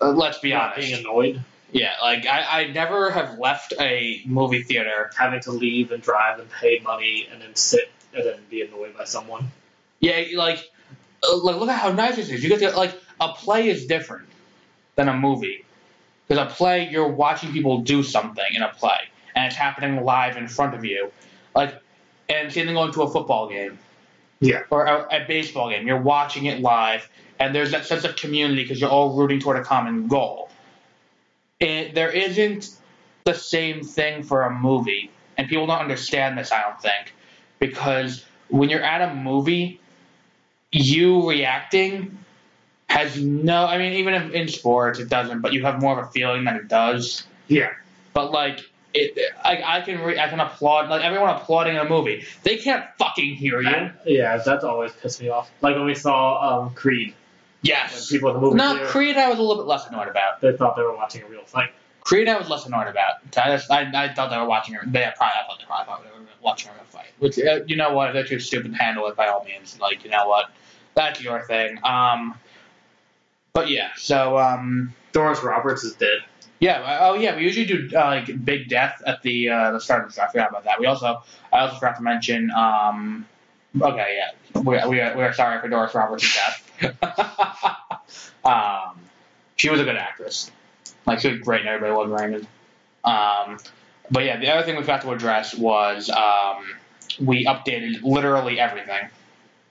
A: uh, let's be
B: Not
A: honest.
B: being annoyed,
A: Yeah, like I, I never have left a movie theater.
B: having to leave and drive and pay money and then sit and then be annoyed by someone.
A: Yeah, like, uh, like look at how nice this is. You get to like a play is different than a movie because a play you're watching people do something in a play and it's happening live in front of you, like, and same thing going to a football game.
B: Yeah.
A: Or a, a baseball game, you're watching it live, and there's that sense of community because you're all rooting toward a common goal. It, there isn't the same thing for a movie, and people don't understand this. I don't think because when you're at a movie, you reacting ha- has no. I mean, even if in sports it doesn't, but you have more of a feeling than it does.
B: Yeah.
A: But like. It, I, I can re, I can applaud like everyone applauding a movie. They can't fucking hear you.
B: I- yeah, that's always pissed me off. Like when we saw um, Creed, when
A: Yes.
B: people at the movie
A: Not
B: theater,
A: Creed. I was a little bit less annoyed about.
B: they thought they were watching a real thing.
A: Creed, I was less annoyed about. I, just, I, I thought they were watching. a- They probably I thought they probably thought they were watching a real fight. Which uh, you know what? If they're too stupid, handle it by all means. Like you know what? That's your thing. Um, but yeah. So um,
B: Doris Roberts is dead.
A: yeah. I- Oh yeah. We usually do uh, like big death at the uh, the start of the show. I forgot about that. We also I also forgot to mention. Um, okay. Yeah. We we are, we are sorry for Doris Roberts' death. [LAUGHS] um, she was a good actress. Like she was great and everybody loved Raymond. Um, but yeah, the other thing we forgot to address was um, we updated literally everything.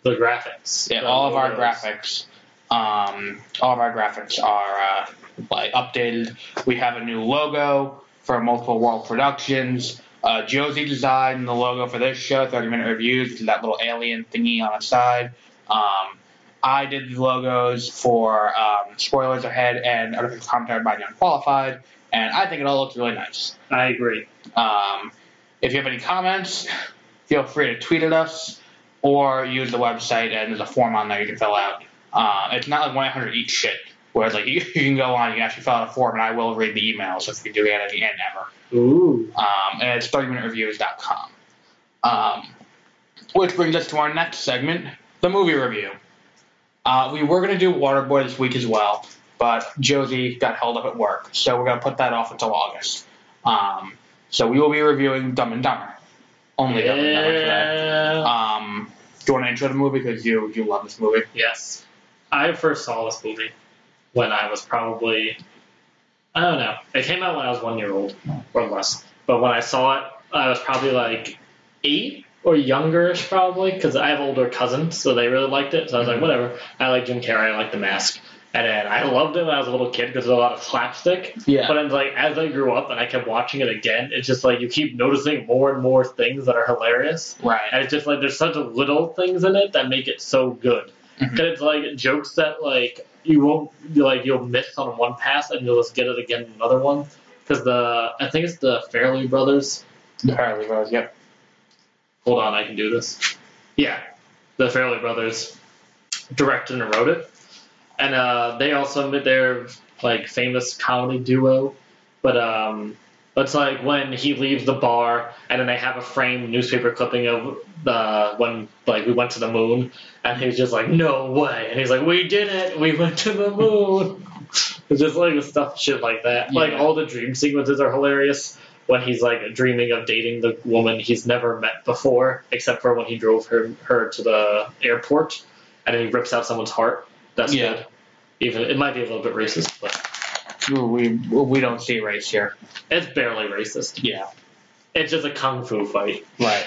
B: The graphics.
A: Yeah,
B: The
A: all of our
B: logos.
A: graphics, um, all of our graphics are uh, like updated. We have a new logo for Multiple World Productions. Uh, Josie designed the logo for this show, 30 Minute Reviews, which is that little alien thingy on the side. Um, I did the logos for um, Spoilers Ahead and Artificial Commentary by the Unqualified, and I think it all looks really nice.
B: I agree.
A: Um, if you have any comments, feel free to tweet at us or use the website, and there's a form on there you can fill out. Uh, it's not like 100 each shit, where it's like [LAUGHS] you, you can go on, you can actually fill out a form, and I will read the emails if you do get any and ever.
B: Ooh.
A: Um, and it's 30minutereviews.com. Um, which brings us to our next segment, the movie review. Uh, we were going to do Waterboy this week as well, but Josie got held up at work, so we're going to put that off until August. Um, so we will be reviewing Dumb and Dumber. Only Dumb and Dumber today.
B: Yeah.
A: Um, do you want to intro the movie? Because you, you love this movie.
B: Yes. I first saw this movie when I was probably, I don't know. It came out when I was one year old or less. But when I saw it, I was probably like eight or youngerish, probably, because I have older cousins, so they really liked it. So I was like,
A: Mhm.
B: whatever. I like Jim Carrey. I like The Mask. And then I loved it when I was a little kid because there's a lot of slapstick.
A: Yeah.
B: But then, like, as I grew up and I kept watching it again, it's just like you keep noticing more and more things that are hilarious.
A: Right.
B: And it's just like there's such little things in it that make it so good.
A: Mhm.
B: Because it's like jokes that like you won't you, like you'll miss on one pass and you'll just get it again in another one. Because the I think it's the Fairley brothers.
A: Apparently, Rose, yep.
B: Hold on, I can do this. Yeah, the Fairley brothers directed and wrote it, and uh, they also made their like famous comedy duo. But um, it's like when he leaves the bar, and then they have a framed newspaper clipping of the when like we went to the moon, and he's just like, "No way!" and he's like, "We did it! We went to the moon!" [LAUGHS] It's just like stuff, shit like that. Like
A: Yeah.
B: all the dream sequences are hilarious. When he's like dreaming of dating the woman he's never met before, except for when he drove her her to the airport, and then he rips out someone's heart. That's
A: Yeah.
B: good. Even it might be a little bit racist, but
A: We, we don't see race here.
B: it's barely racist.
A: Yeah.
B: It's just a kung fu fight.
A: Right.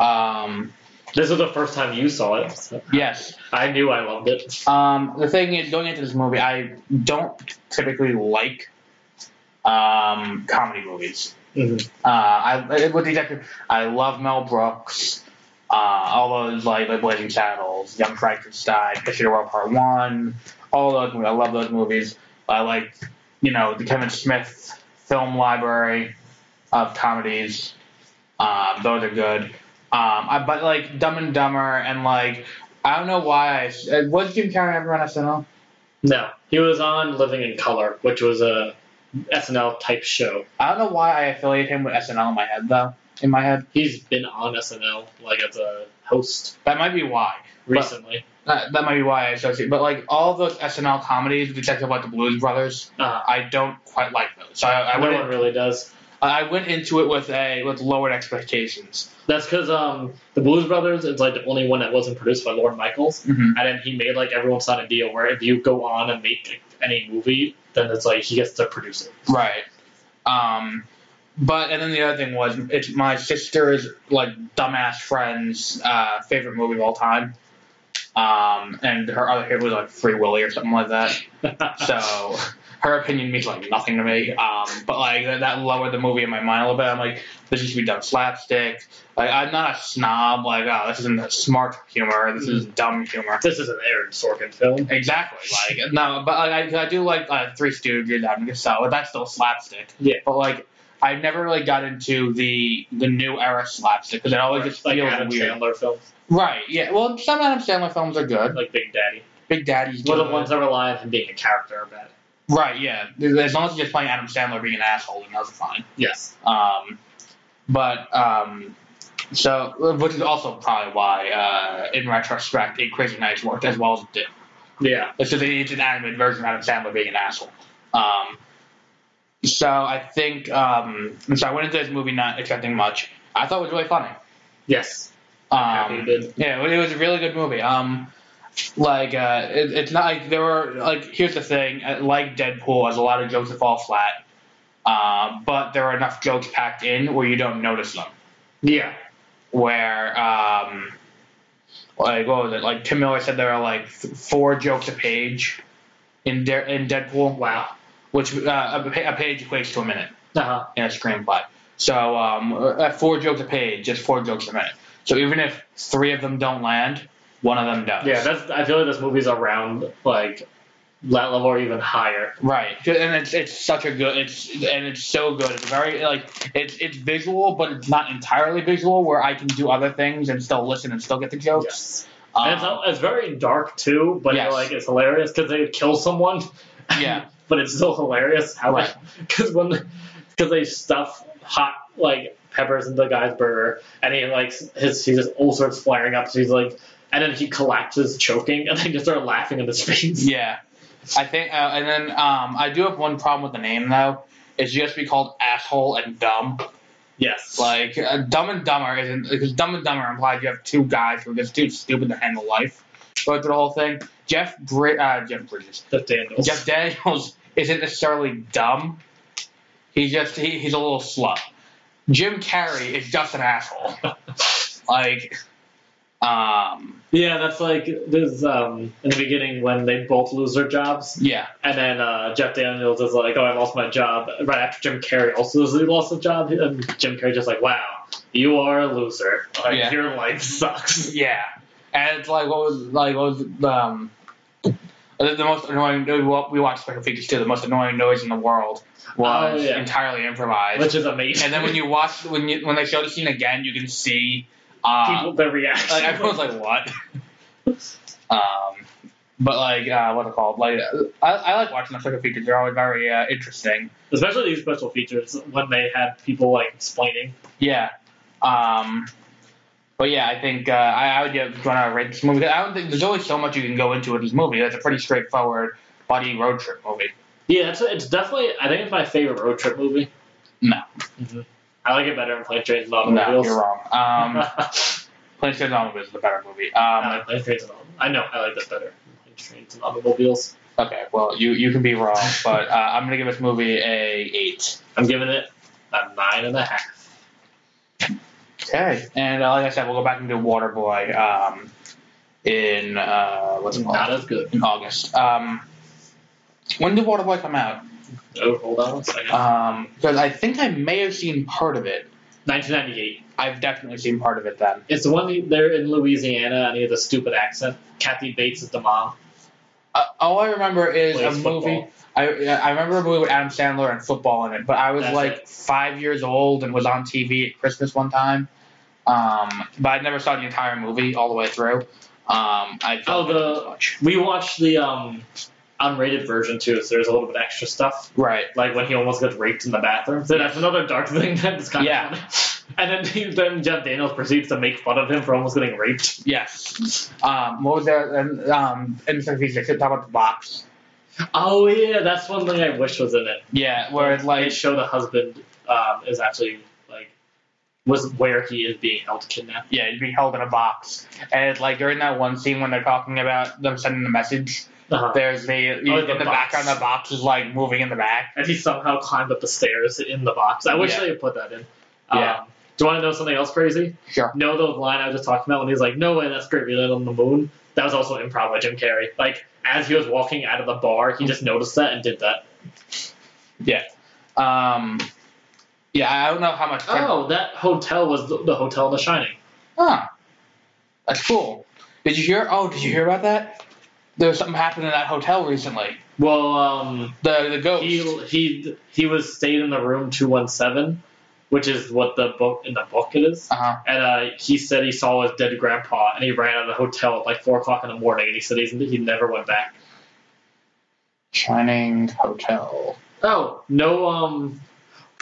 A: Um,
B: This was the first time you saw it. So
A: yes.
B: I knew I loved it.
A: Um, the thing is, going into this movie, I don't typically like um, comedy movies.
B: Mhm.
A: Uh, I I- with the exception, I love Mel Brooks. Uh, all those like the Blazing Saddles, Young Frankenstein, Picture of the World Part One, all those movies. I love those movies. I like you know the Kevin Smith film library of comedies. Um, those are good. Um, I but like Dumb and Dumber and like I don't know why I uh, was Jim Carrey ever on SNL.
B: No, he was on Living in Color, which was a SNL type show.
A: I don't know why I affiliate him with SNL in my head though. In my head,
B: He's been on SNL like as a host
A: that might be why.
B: recently.
A: That, that might be why I associate. But like all those SNL comedies, with the exception of like the Blues Brothers,
B: Uh,
A: I don't quite like those. So I, I
B: no
A: went
B: one really does.
A: I went into it with a with lowered expectations.
B: That's because um, the Blues Brothers is like the only one that wasn't produced by Lorne Michaels,
A: Mm-hmm.
B: and then he made like everyone sign a deal where if you go on and make any movie, then it's like he gets to produce it.
A: Right. Um, but and then the other thing was it's my sister's like dumbass friend's uh, favorite movie of all time. Um, and her other favorite was like Free Willy or something like that. So her opinion means like nothing to me. Um, but like that, that lowered the movie in my mind a little bit. I'm like, this used to be done slapstick. Like I'm not a snob. Like oh, this isn't smart humor. This is
B: Mm.
A: dumb humor.
B: [LAUGHS] This is an Aaron Sorkin film.
A: Exactly. Like no, but like, I, I do like uh, Three Stooges. I'm just so that's still slapstick.
B: Yeah.
A: But like I never really got into the the new era slapstick because it always just
B: like
A: feels
B: Adam
A: weird.
B: Sandler films,
A: Right. Yeah. Well, some Adam Sandler films are good.
B: like Big Daddy.
A: Big Daddy's
B: Well,
A: good.
B: the ones that rely on him being a character, but
A: Right. Yeah. As long as you're just playing Adam Sandler being an asshole, then that's fine.
B: yes,
A: Um, but um, so, which is also probably why, uh, in retrospect, it Crazy Nights worked as well as it did.
B: yeah,
A: It's just it's an animated version of Adam Sandler being an asshole. Um, so I think um, and so I went into this movie not expecting much. I thought it was really funny.
B: yes. Happy
A: Um,
B: it did.
A: yeah, it was a really good movie. Um, like uh, it, it's not like there were like here's the thing. uh, Like Deadpool, has a lot of jokes that fall flat, uh, but there are enough jokes packed in where you don't notice them
B: yeah,
A: where um, like what was it? Like Tim Miller said there are like th- four jokes a page in De- in Deadpool.
B: Wow.
A: Which uh, a, pa- a page equates to a minute
B: uh huh,
A: in a screenplay. So um, at four jokes a page, just four jokes a minute. So even if three of them don't land, one of them does.
B: yeah. That's I feel like this movie's around like that level or even higher.
A: Right, and it's it's such a good it's and it's so good. It's very like it's it's visual, but it's not entirely visual. Where I can do other things and still listen and still get the jokes.
B: Yes.
A: Um,
B: and it's, all- it's very dark too, but
A: Yes.
B: it, like it's hilarious because they kill someone.
A: Yeah.
B: [LAUGHS] but it's still hilarious how
A: Right.
B: [LAUGHS] because when because they stuff hot like peppers into the guy's burger and he like his he just all sorts flaring up. So he's like, and then he collapses choking, and they just start laughing in his face.
A: Yeah, I think, uh, and then um, I do have one problem with the name though. It's just be called asshole and dumb.
B: Yes,
A: Like uh, dumb and dumber isn't because dumb and dumber implies you have two guys who are just too stupid to handle life. Going through the whole thing, Jeff Bri- uh, Jeff Bridges,
B: the Daniels.
A: Jeff Daniels [LAUGHS] isn't necessarily dumb. He's just he, he's a little slut. Jim Carrey is just an
B: [LAUGHS]
A: asshole. Like, um,
B: Yeah, that's like there's um in the beginning when they both lose their jobs,
A: yeah,
B: and then uh, Jeff Daniels is like, "Oh, I lost my job." Right after Jim Carrey also says he lost his job, and Jim Carrey just like, "Wow, you are a loser. Like,
A: Yeah.
B: Your life sucks."
A: Yeah, and it's like what was like what was um the, the most annoying we wa- we watched special features too. The most annoying noise in the world was
B: Oh, yeah.
A: entirely improvised.
B: Which is amazing.
A: and then when you watch when you when they show the scene again, you can see uh,
B: [LAUGHS] people the reaction,
A: like everyone's like what. um, but like uh, what's it called? Like I, I like watching the special features. They're always very uh, interesting.
B: [LAUGHS] especially these special features when they had people like explaining.
A: Yeah. Um, but yeah, I think uh, I, I would give Gonna rate this movie. I don't think there's only so much you can go into with this movie. It's a pretty straightforward buddy road trip movie.
B: Yeah, it's, it's definitely. I think it's my favorite road trip movie. Mm-hmm.
A: No.
B: I like it better in Plane Trains and
A: No,
B: Automobiles.
A: you're wrong.
B: [LAUGHS]
A: Um,
B: I
A: Planes, Trains, and Automobiles is a better movie. Um,
B: like Plane Trains and Automobiles. I know I like this better. Plane Trains and Automobiles.
A: okay, well you you can be wrong, but uh, I'm gonna give this movie a eight.
B: I'm giving it a nine and a half.
A: Okay. And uh, like I said, we'll go back and do Waterboy um, in uh, what's it called?
B: Not as good.
A: in August. Um, when did Waterboy come out?
B: Oh, hold on one second.
A: Um, because I think I may have seen part of it.
B: 1998.
A: I've definitely seen part of it then.
B: It's the one he- they're in Louisiana and he has a stupid accent. Kathy Bates is the mom.
A: Uh, all I remember is
B: plays
A: a
B: football.
A: movie. I I remember a movie with Adam Sandler and football in it, but I was
B: That's
A: like
B: it.
A: five years old and was on TV at Christmas one time. Um, but I never saw the entire movie all the way through. Um, I felt
B: Oh, the-
A: it was much.
B: We watched the um, unrated version too, so there's a little bit extra stuff.
A: right.
B: Like when he almost gets raped in the bathroom. So that's another dark thing that's kind
A: Yeah.
B: of funny. [LAUGHS] And then, he, then Jeff Daniels proceeds to make fun of him for almost getting raped. [LAUGHS]
A: Yes. Um, what was that? And um, in the they should talk about the box.
B: Oh, yeah, that's one thing I wish was in it.
A: Yeah, where it's
B: They
A: like
B: show the husband um, is actually, like, was where he is being held kidnapped.
A: yeah, you'd be held in a box, and it's like during that one scene when they're talking about them sending a message.
B: Uh-huh.
A: There's the,
B: Oh,
A: in
B: the
A: the
B: box.
A: background the box is like moving in the back.
B: and he somehow climbed up the stairs in the box. I wish
A: Yeah.
B: they had put that in.
A: Yeah.
B: Um, do you want to know something else crazy?
A: Sure.
B: Know the line I was just talking about when he's like, "No way, that's great, we landed on the moon." That was also improv by Jim Carrey. Like as he was walking out of the bar, he just noticed that and did that.
A: Um, yeah, I don't know how much.
B: Oh, that hotel was the, the hotel in The Shining.
A: Huh. That's cool. Did you hear? Oh, did you hear about that? There was something happened in that hotel recently.
B: Well, um,
A: The the ghost.
B: he he he was stayed in the room 217 which is what the book in the book it is
A: uh-huh.
B: and uh, he said he saw his dead grandpa and he ran out of the hotel at like 4 o'clock in the morning and he said he's, he never went back
A: Shining Hotel.
B: oh no um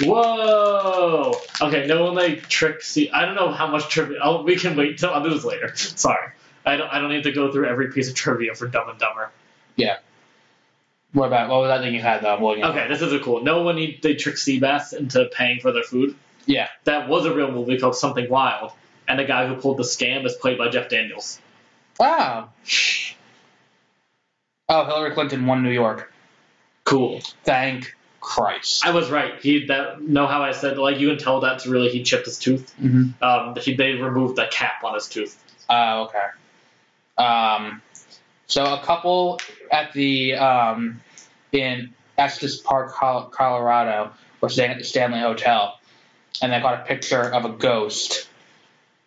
B: whoa okay no one like tricksy i don't know how much trivia I'll, we can wait till i'll do this later [LAUGHS] sorry I don't, I don't need to go through every piece of trivia for dumb and dumber
A: What about what was that thing you had though? I'm looking at?
B: Okay, this is a cool. No one need they trick Seabass into paying for their food.
A: Yeah.
B: That was a real movie called Something Wild, and the guy who pulled the scam is played by Jeff Daniels.
A: Oh. Oh, Hillary Clinton won New York.
B: Cool.
A: Thank Christ.
B: I was right. He that know how I said like you can tell that's really he chipped his tooth.
A: Mm-hmm.
B: Um, he, they removed the cap on his tooth.
A: Oh, okay. Um, so a couple at the um, in Estes Park, Col- Colorado, were staying at the Stanley Hotel, and they caught a picture of a ghost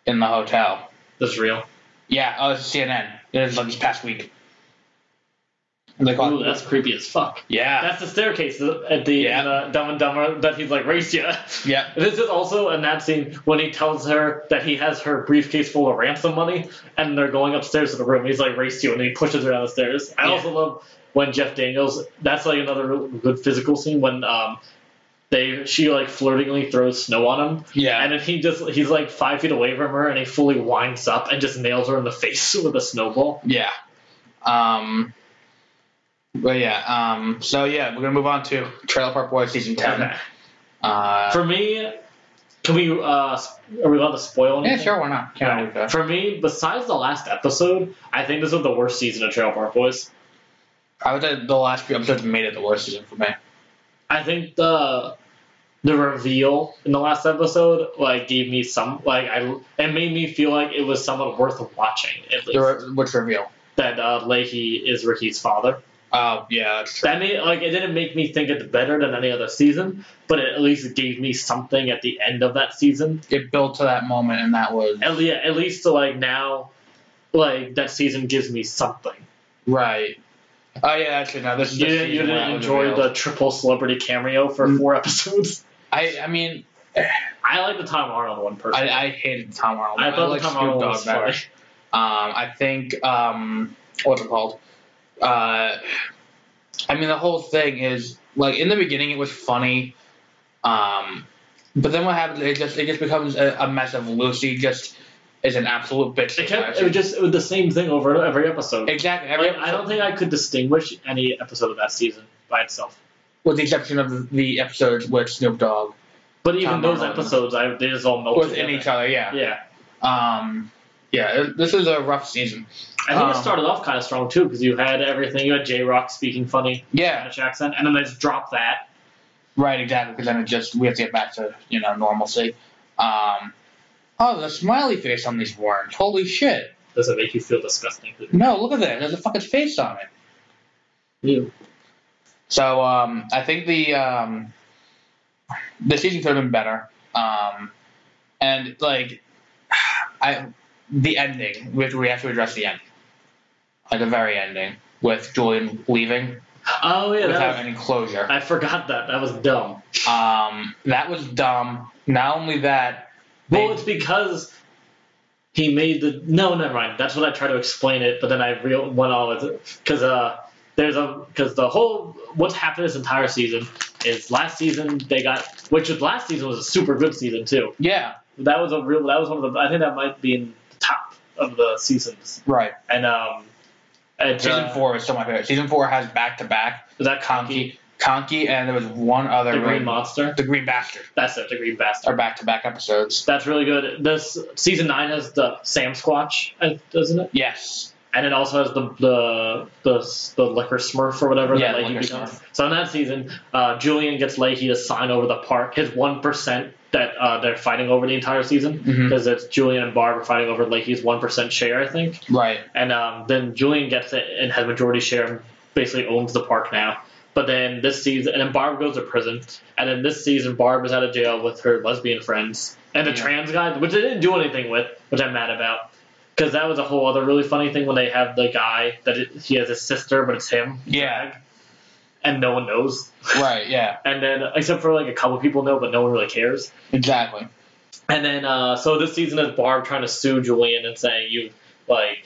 A: in the hotel.
B: That's real.
A: Yeah, oh, it's CNN. It was like this past week. And they caught.
B: Ooh, that's creepy as fuck.
A: yeah,
B: [LAUGHS] That's the staircase at the,
A: Yeah.
B: in the Dumb and Dumber that he's like race you.
A: yeah.
B: [LAUGHS] This is also in that scene when he tells her that he has her briefcase full of ransom money, and they're going upstairs to the room. He's like, "Race you," and he pushes her down the stairs. I
A: Yeah.
B: also love when Jeff Daniels. That's like another real good physical scene when um, they she like flirtingly throws snow on him,
A: Yeah,
B: and then he just he's like five feet away from her, and he fully winds up and just nails her in the face [LAUGHS] with a snowball.
A: Yeah. Um. But yeah. Um. So yeah, we're gonna move on to Trailer Park Boys season ten.
B: Okay.
A: Uh.
B: For me, can we? Uh, s- are we allowed to spoil anything?
A: yeah, sure. Why not? Can't
B: Yeah.
A: believe that.
B: For me, besides the last episode, I think this was the worst season of Trailer Park Boys.
A: I would say the last few episodes made it the worst season for me.
B: I think the the reveal in the last episode like gave me some like I it made me feel like it was somewhat worth watching at least
A: The re- which reveal?
B: that uh, Leahy is Ricky's father.
A: Oh yeah, that's true.
B: That made like it didn't make me think it's better than any other season, but it at least gave me something at the end of that season.
A: It built to that moment, and that was
B: At, le- at least to like now, like that season gives me something.
A: right. Oh yeah, actually no. This is
B: You
A: the
B: didn't,
A: season
B: you
A: where
B: didn't
A: that was
B: enjoy
A: revealed.
B: the triple celebrity cameo for
A: Mm.
B: four [LAUGHS] episodes.
A: I I mean
B: I like the Tom Arnold one personally.
A: I, I hated Tom Arnold.
B: I, thought
A: like
B: the Tom
A: Snoop
B: Arnold
A: Dogg
B: was
A: better.
B: funny.
A: Um, I think um, what's it called? Uh, I mean, the whole thing is like in the beginning it was funny, um, but then what happens? It just it just becomes a, a mess of Lucy just is an absolute bitch.
B: It kept it was just it was the same thing over every episode.
A: exactly. Every
B: Like, I don't think I could distinguish any episode of that season by itself.
A: with the exception of the episodes with Snoop Dogg
B: But even
A: Tom
B: those
A: Arnold.
B: episodes, I, they just all melted.
A: within each
B: together.
A: other. Yeah.
B: Yeah,
A: Um, yeah. it- This is a rough season.
B: I think it
A: Um,
B: started off kind of strong too because you had everything. You had J Rock speaking funny
A: Yeah.
B: Spanish accent, and then they just dropped that.
A: Right, exactly. Because then it just we have to get back to you know normalcy. Um, oh, the smiley face on these worms! Holy shit!
B: Does it make you feel disgusting?
A: No, look at that. There's a fucking face on it.
B: You.
A: So um, I think the um, the season could have been better. Um, and like, I the ending we have to, we have to address the end, like the very ending with Julian leaving
B: Oh yeah, that
A: without
B: was,
A: any closure.
B: I forgot that. That was dumb.
A: Um, that was dumb. Not only that,
B: Well, it's because he made the no. Never mind. That's what I try to explain it, but then I real went on with it because uh, there's a because the whole what's happened this entire season is last season they got which was last season was a super good season too.
A: yeah,
B: That was a real that was one of the I think that might be in the top of the seasons
A: right.
B: and um. It's,
A: Season
B: uh,
A: four is still my favorite. Season four has back to back
B: was that Conky,
A: Conky, Conky, and there was one other
B: the Green
A: one.
B: Monster.
A: the Green Bastard
B: That's it, the Green Bastard.
A: are back to back episodes.
B: That's really good. This season nine has the Sam Squatch, uh, doesn't it?
A: Yes,
B: and it also has the the the, the liquor smurf or whatever
A: Yeah,
B: that Leahy
A: liquor
B: becomes. So in that season, uh, Julian gets Leahy to sign over the park, his one percent that uh, they're fighting over the entire season
A: Mhm.
B: because it's Julian and Barb are fighting over Leahy's one percent share, I think.
A: right.
B: And um, then Julian gets it and has majority share, and basically owns the park now. But then this season, and then Barb goes to prison. And then this season, Barb is out of jail with her lesbian friends and the
A: Yeah.
B: trans guy, which they didn't do anything with, which I'm mad about. Because that was a whole other really funny thing when they have the guy that it, he has his sister, but it's him.
A: Yeah.
B: And no one knows.
A: Right. Yeah.
B: [LAUGHS] And then, except for like a couple people know, but no one really cares.
A: Exactly.
B: And then, uh, so this season is Barb trying to sue Julian and saying you like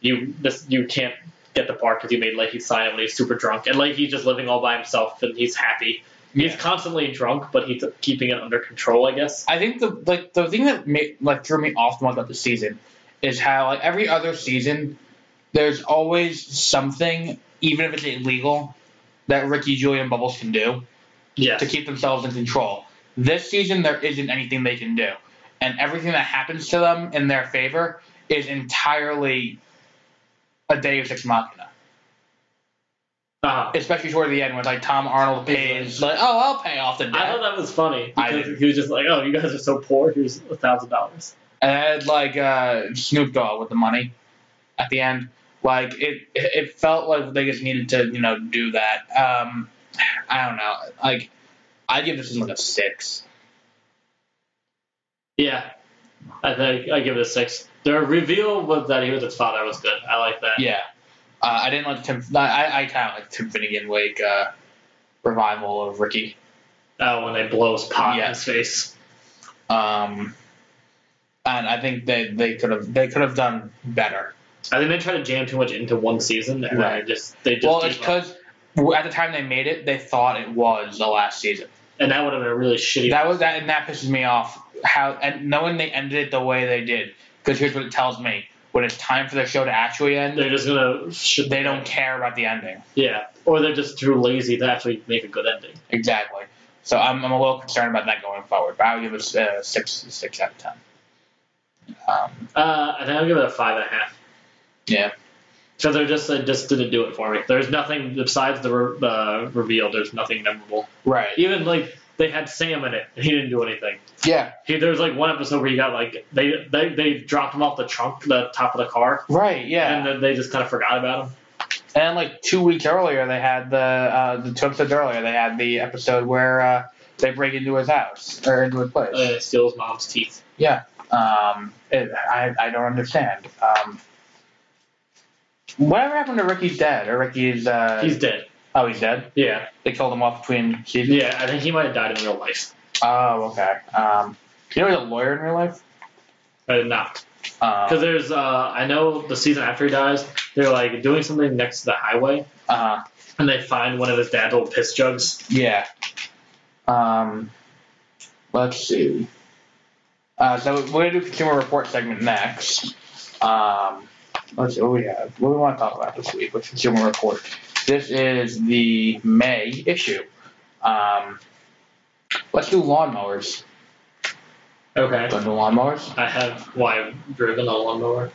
B: you this you can't get the part because you made Leahy sign it when he's super drunk, and Leahy's just living all by himself and he's happy. He's
A: Yeah.
B: constantly drunk, but he's keeping it under control, I guess.
A: I think the like the thing that made, like threw me off the most about the season is how like every other season, there's always something, even if it's illegal, that Ricky, Julian, Bubbles can do.
B: Yes.
A: to keep themselves in control. This season, there isn't anything they can do, and everything that happens to them in their favor is entirely a day of six machina.
B: Uh-huh.
A: Especially toward the end, when like Tom Arnold pays, like, "Oh, I'll pay off the
B: I thought
A: debt,"
B: that was funny
A: I
B: because
A: didn't.
B: he was just like, "Oh, you guys are so poor. Here's a thousand dollars."
A: and I had like uh, Snoop Dogg with the money at the end. Like it, it felt like they just needed to, you know, do that. Um, I don't know. Like, I give this like a six.
B: Yeah, I think I give it a six. The reveal was that he was his father was good. I like that.
A: Yeah, uh, I didn't like Tim. I I kind of like Tim Finnegan like uh, revival of Ricky.
B: Oh, when they blow his pot
A: Yeah.
B: in his face.
A: Um, and I think they they could have they could have done better.
B: I think they try to jam too much into one season, and
A: Right.
B: I just they just
A: well,
B: gave
A: it's
B: up.
A: because at the time they made it, they thought it was the last season.
B: and that would have been a really shitty.
A: That was that, and that pisses me off. How and knowing they ended it the way they did, because here's what it tells me: when it's time for the show to actually end,
B: they're just gonna should
A: they don't care about the ending.
B: yeah, or they're just too lazy to actually make a good ending.
A: Exactly. So I'm, I'm a little concerned about that going forward, but I would give it a six six out of ten. Um,
B: Uh, I think I'll give it a five and a half
A: yeah,
B: because they're just they just didn't do it for me. There's nothing besides the re- uh, reveal. There's nothing memorable.
A: right.
B: Even like they had Sam in it, and he didn't do anything.
A: Yeah,
B: He there's like one episode where he got like they they they dropped him off the trunk, the top of the car,
A: right.
B: and
A: Yeah,
B: then they just kind of forgot about him.
A: uh, and, then like two weeks earlier, they had the uh, the two episodes earlier, they had the episode where uh, they break into his house or into his place.
B: And it steals mom's
A: Uh,
B: teeth.
A: Yeah. Um, it, I I don't understand. Um, whatever happened to Ricky's dad or Ricky's? Uh,
B: He's dead.
A: oh, he's dead.
B: Yeah,
A: They killed him off between seasons.
B: yeah. I think he might have died in real life.
A: Oh, okay. Um, you know he's a lawyer in real life.
B: I did not. Because
A: Uh,
B: Uh, there's, uh, I know the season after he dies, they're like doing something next to the highway,
A: uh,
B: and they find one of his dad's old piss jugs.
A: yeah. Um, let's see. Uh, so we're gonna do consumer report segment next. Um, let's see what we have. What do we want to talk about this week with consumer report? This is the May issue. Um, let's do lawnmowers.
B: Okay.
A: Don't do lawnmowers.
B: I have, well, I've driven a lawnmower.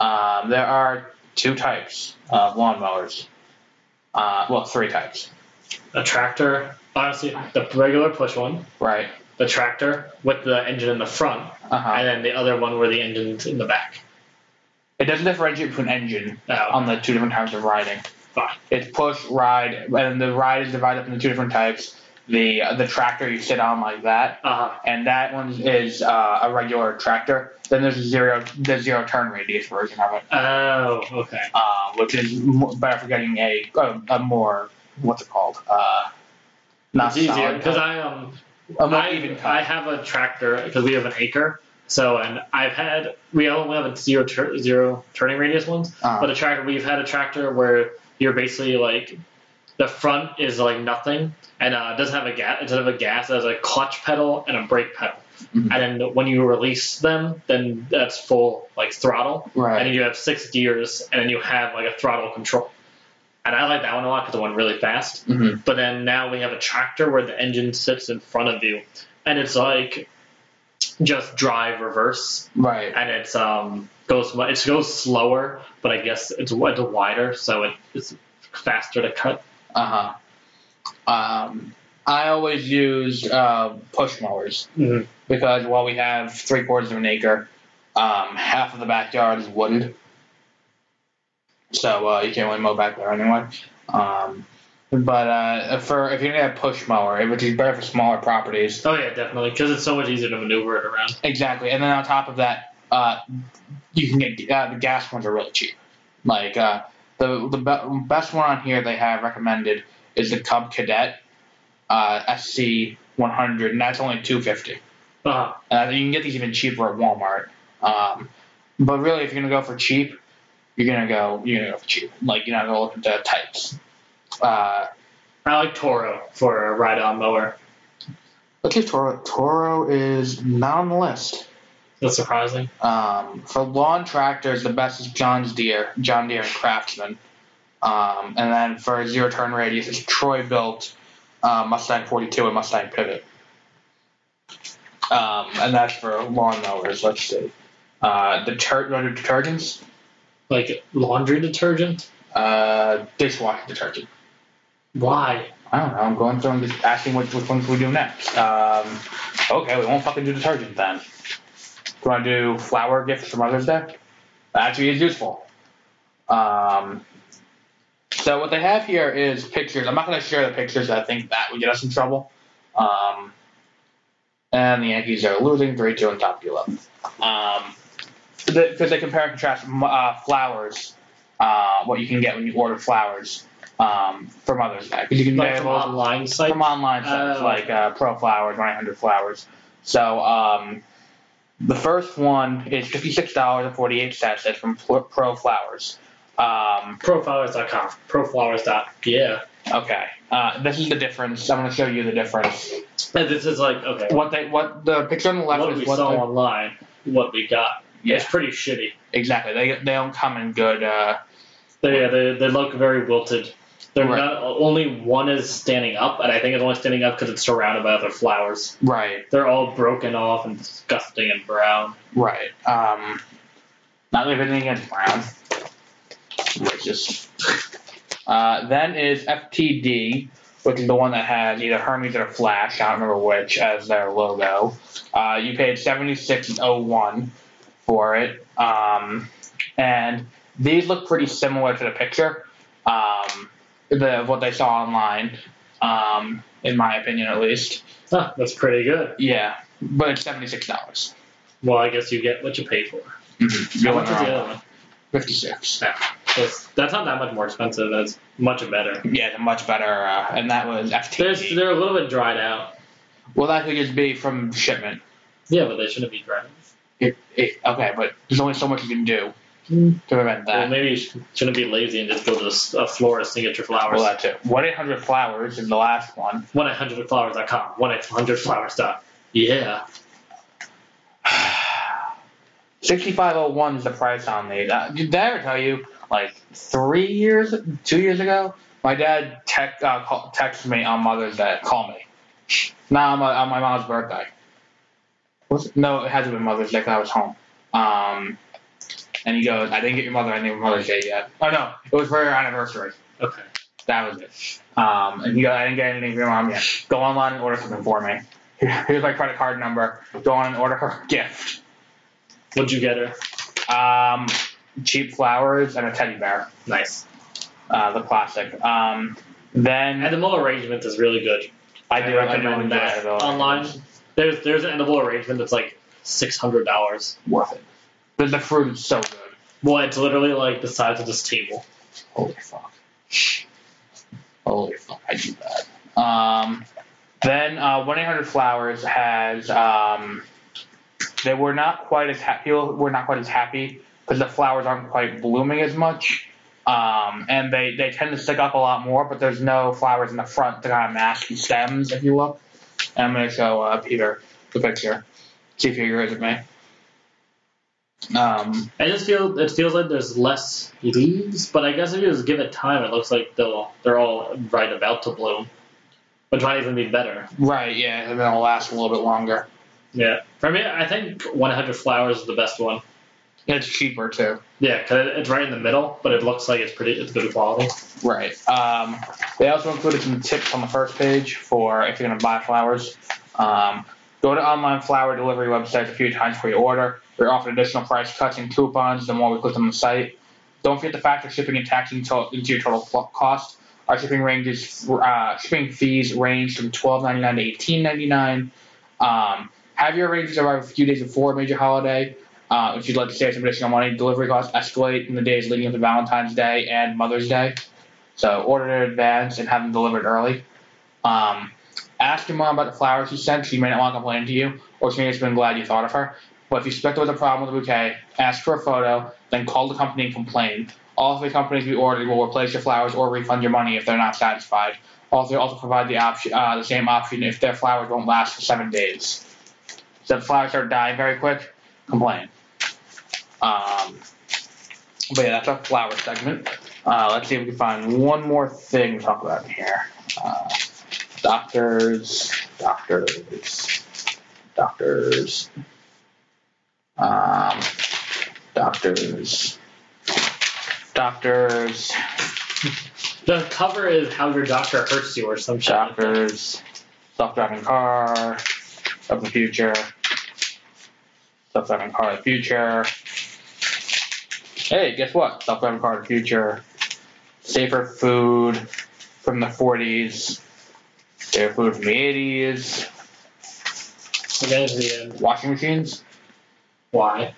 A: Um, there are two types of lawnmowers. Uh, well, three types,
B: A tractor, honestly, the regular push one,
A: right?
B: the tractor with the engine in the front,
A: Uh huh.
B: and then the other one where the engine's in the back.
A: It doesn't differentiate between engine
B: Oh,
A: on the two different types of riding.
B: fine.
A: It's push, ride, and the ride is divided up into two different types. The uh, the tractor you sit on like that,
B: Uh huh.
A: and that one is uh, a regular tractor. Then there's a zero the zero turn radius version of it,
B: Oh, okay.
A: uh, which is mo- better for getting a a, a more what's it called? Uh, not
B: it's easier
A: solid
B: because
A: cut.
B: I um
A: a more
B: I,
A: even cut.
B: I have a tractor because we have an acre. So and I've had we only have a zero tur- zero turning radius ones,
A: Uh,
B: but a tractor we've had a tractor where you're basically like the front is like nothing and uh, it doesn't have a gas instead of a gas it has a clutch pedal and a brake pedal,
A: Mhm.
B: and then when you release them then that's full like throttle
A: Uh, right.
B: and then you have six gears and then you have like a throttle control. And I like that one a lot because it went really fast
A: Mhm.
B: but then now we have a tractor where the engine sits in front of you and it's like just drive reverse
A: Right.
B: and it's um goes mu- it goes slower but i guess it's, wi- it's wider so it, it's faster to cut
A: Uh huh. Um, I always use uh, push mowers.
B: mm-hmm.
A: because while we have three quarters of an acre, um, half of the backyard is wooded. So uh, you can't really mow back there anyway. Um, But uh, for if you're gonna have push mower, it would be better for smaller properties.
B: Oh yeah, definitely, because it's so much easier to maneuver it around.
A: Exactly, and then on top of that, uh, you can get uh, the gas ones are really cheap. Like uh, the the be- best one on here they have recommended is the Cub Cadet uh, SC 100, and that's only 250.
B: Uh-huh.
A: Uh, you can get these even cheaper at Walmart. Um, but really, if you're gonna go for cheap, you're gonna go you're gonna go for cheap. Like you're not gonna look at the types. Uh,
B: I like Toro for a ride-on mower.
A: okay, Toro. Toro is not on the list.
B: That's surprising.
A: Um, for lawn tractors, the best is John's Deere, John Deere and Craftsman. Um, and then for zero turn radius, it's Troy built uh, Mustang 42 and Mustang Pivot. Um, and that's for lawn mowers. Let's see. Uh, deter- what are detergents,
B: Like laundry detergent.
A: uh, dishwasher detergent.
B: Why?
A: I don't know. I'm going through and just asking which, which ones we do next. Um, okay, we won't fucking do detergent then. Do you want to do flower gifts for Mother's Day? That actually is useful. Um, so what they have here is pictures. I'm not going to share the pictures. I think that would get us in trouble. Um, and the Yankees are losing 3-2 on top of 11. Um, because they compare and contrast m- uh, flowers, uh, what you can get when you order flowers um, for Mother's Day. 'Cause you can
B: Like
A: get
B: from
A: both-
B: online site.
A: from online sites
B: Oh,
A: like
B: okay.
A: uh, Pro Flowers, 900 Flowers. So um, the first one is fifty-six dollars and forty-eight cents. That's from Pl- Pro Flowers. Um,
B: Proflowers.com. Proflowers. dot- Yeah.
A: okay, uh, this is the difference. I'm going to show you the difference.
B: And this is like okay.
A: What they, what the picture on the left
B: what
A: is
B: we
A: what
B: saw
A: they-
B: online, what we got.
A: Yeah.
B: It's pretty shitty.
A: exactly. They they don't come in good. Uh,
B: They, they, they look very wilted. They're
A: Right.
B: not only one is standing up, and I think it's only standing up because it's surrounded by other flowers.
A: right,
B: They're all broken off and disgusting and brown.
A: right. Um, not that we have anything against Brown. Racist. Uh, then is FTD, which is the one that has either Hermes or Flash. I don't remember which as their logo. Uh, you paid seventy six oh one for it, um, and these look pretty similar to the picture, um, the what they saw online, um, in my opinion at least.
B: Huh, that's pretty good.
A: Yeah, but it's seventy six dollars.
B: Well, I guess you get what you pay for. How much is the other one?
A: Fifty six.
B: That's, that's not that much more expensive. That's much better.
A: Yeah, they're much better, uh, and that was FTD.
B: They're, they're a little bit dried out.
A: well, that could just be from shipment.
B: Yeah, but they shouldn't be dried. out.
A: It, it, okay, but there's only so much you can do to prevent
B: Well,
A: that.
B: maybe you sh- shouldn't be lazy and just go to a s- a florist and get your flowers.
A: Well, that's it. 1 800 Flowers is the last one.
B: 1-800-Flowers.com. 1-800-Flowers.com. Yeah.
A: 6501 is the price on these. Uh, did I ever tell you, like, three years, two years ago, my dad tec- uh, call, texted me on Mother's Day, call me. No, on my, on my mom's birthday. Was, no, it hasn't been Mother's Day 'cause I was home. Um, and he goes, I didn't get your mother anything for Mother's Day yet. Oh, no, it was for her anniversary.
B: Okay.
A: That was it. Um, and you go, I didn't get anything from your mom yet. Go online and order something for me. Here- Here's my credit card number. Go on and order her a gift.
B: What'd you get her?
A: Um, cheap flowers and a teddy bear,
B: Nice.
A: uh, the classic. Um, then
B: Animal arrangement is really good.
A: I do
B: recommend
A: enjoy
B: that
A: it a lot.
B: online. There's there's an edible arrangement that's like six hundred dollars.
A: Worth it. The, the fruit is so good.
B: Well, it's literally like the size of this table.
A: Holy fuck. Holy fuck, I do that. Um, then uh, 1 800 Flowers has. Um, they were not quite as happy. People were not quite as happy because the flowers aren't quite blooming as much. Um, and they, they tend to stick up a lot more, but there's no flowers in the front to kind of mask the stems, if you will. And I'm going to show uh, Peter the picture. See if he agrees with me. Um,
B: I just feel it feels like there's less leaves, but I guess if you just give it time, it looks like they'll they're all right about to bloom, which might even be better.
A: right, yeah, and then it'll last a little bit longer.
B: Yeah. For me, I think 100 flowers is the best one.
A: It's cheaper too.
B: Yeah, 'cause it, it's right in the middle, but it looks like it's pretty. It's good quality.
A: Right. Um, they also included some tips on the first page for if you're going to buy flowers. Um, go to online flower delivery websites a few times before you order. They're offered additional price cuts and coupons the more we click on the site. Don't forget to factor shipping and tax into, into your total fl- cost. Our shipping ranges, uh, shipping fees range from twelve ninety nine to eighteen ninety nine. Um, have your arrangements arrive a few days before a major holiday. Uh, if you'd like to save some additional money, delivery costs escalate in the days leading up to Valentine's Day and Mother's Day. So order in advance and have them delivered early. Um, ask your mom about the flowers she sent. She may not want to complain to you, or she may have just been glad you thought of her. But if you suspect there was a problem with the bouquet, ask for a photo, then call the company and complain. All three companies we ordered will replace your flowers or refund your money if they're not satisfied. Also, also provide the option, uh, the same option if their flowers won't last for seven days. So if the flowers start dying very quick, complain. Um, but yeah, that's our flower segment. Uh, let's see if we can find one more thing to talk about in here. Uh, doctors, doctors, doctors, um, doctors, doctors,
B: The cover is how your doctor hurts you or some shit. like that.
A: doctors, self-driving car of the future, self-driving car of the future. Hey, guess what? Self-driving car of the future, safer food from the 40s, safer food from the 80s,
B: We're getting to the end.
A: washing machines.
B: Why?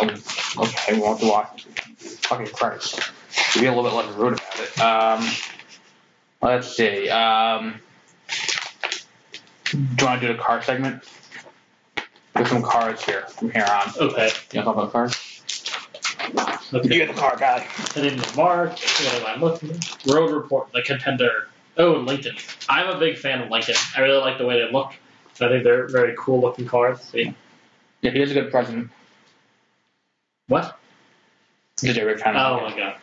A: Um, okay, we won't have to watch. Fucking Christ. Be a little bit less rude about it. Um, let's see. Um, do you want to do the car segment? There's some cars here from here on.
B: Okay.
A: You want to talk about cars?
B: Okay.
A: get the car guy.
B: And then the mark. What am I looking? Road report. The contender. Oh, Lincoln. I'm a big fan of Lincoln. I really like the way they look. I think they're very cool looking cars. See?
A: Yeah, he is a good president.
B: What?
A: Did you ever
B: Oh
A: kind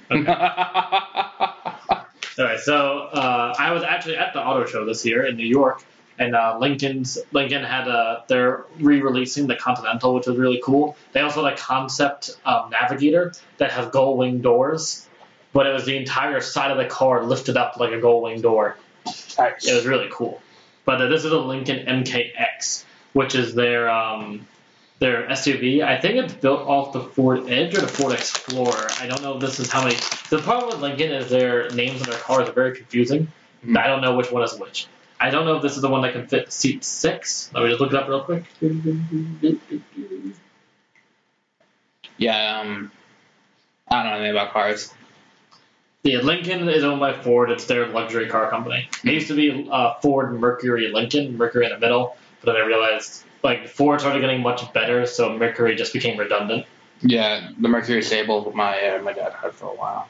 B: my god. Okay.
A: [LAUGHS]
B: Alright, so uh, I was actually at the auto show this year in New York, and uh, Lincoln's Lincoln had a they're re-releasing the Continental, which was really cool. They also had a concept um, Navigator that has gold wing doors, but it was the entire side of the car lifted up like a gold wing door. It was really cool. But uh, this is a Lincoln MKX, which is their um, their SUV. I think it's built off the Ford Edge or the Ford Explorer. I don't know. if This is how many. The problem with Lincoln is their names on their cars are very confusing.
A: Mhm.
B: I don't know which one is which. I don't know if this is the one that can fit seat six. Let me just look it up real quick.
A: yeah, um, I don't know anything about cars.
B: Yeah, Lincoln is owned by Ford. It's their luxury car company. It used to be uh, Ford Mercury Lincoln, Mercury in the middle, but then I realized like Ford started getting much better, so Mercury just became redundant.
A: Yeah, the Mercury Sable my uh, my dad had for a while.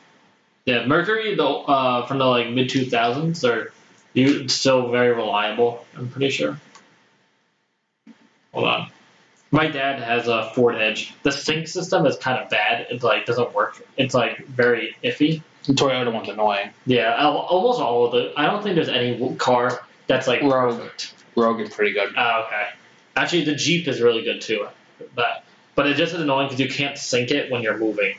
B: Yeah, Mercury the uh, from the like mid two thousands are you still very reliable. I'm pretty sure. Hold on. My dad has a Ford Edge. The sync system is kind of bad. It like doesn't work. It's like very iffy.
A: The Toyota one's annoying.
B: Yeah, al- almost all of the. I don't think there's any w- car that's like
A: Rogue.
B: perfect.
A: Rogue is pretty good.
B: Oh, okay. Actually, the Jeep is really good too, but but it's just annoying because you can't sync it when you're moving.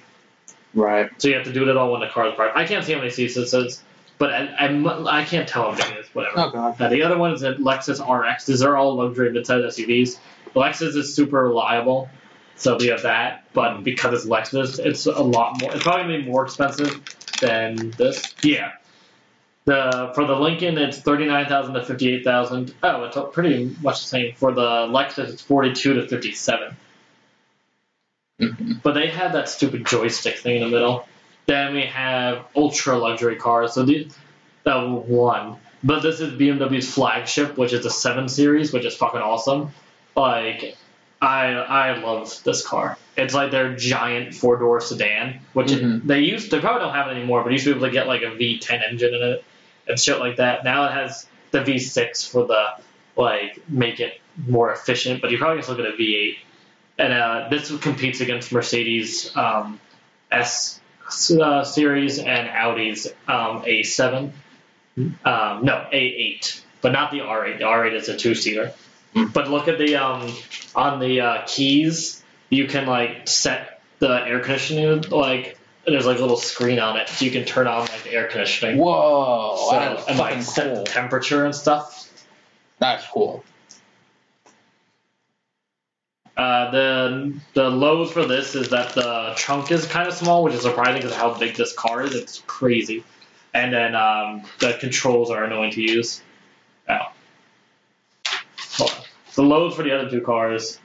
A: Right.
B: So you have to do it all when the car's parked. I can't see how many seats this is, but I, I'm, I can't tell how many it is, whatever.
A: Oh god.
B: Uh, the other one is a Lexus RX. These are all luxury midsize SUVs. Lexus is super reliable, so we have that. But because it's Lexus, it's a lot more. It's probably gonna be more expensive than this. Yeah. The for the Lincoln, it's thirty nine thousand to fifty eight thousand. Oh, it's pretty much the same. For the Lexus, it's forty two to fifty seven.
A: Mm-hmm.
B: But they had that stupid joystick thing in the middle. Then we have ultra luxury cars. So these, that one. But this is BMW's flagship, which is the 7 Series, which is fucking awesome. Like, I I love this car. It's like their giant four door sedan, which
A: Mhm.
B: they used. They probably don't have it anymore, but you used to be able to get like a V10 engine in it and shit like that. Now it has the V6 for the like make it more efficient, but you probably just look at a V8. And uh, this competes against Mercedes um, S uh, series and Audi's um, A7.
A: Hmm.
B: Um, no, A8, but not the R8. The R8 is a two seater.
A: Mm.
B: But look at the um, on the uh, keys, you can like set the air conditioning. Like there's like a little screen on it, so you can turn on like the air conditioning.
A: Whoa.
B: so,
A: that's
B: and like
A: fucking
B: set the
A: cool.
B: temperature and stuff.
A: That's cool.
B: Uh, the the lows for this is that the trunk is kind of small, which is surprising because of how big this car is. It's crazy. and then um, the controls are annoying to use. Oh. Hold on. The load for the other two cars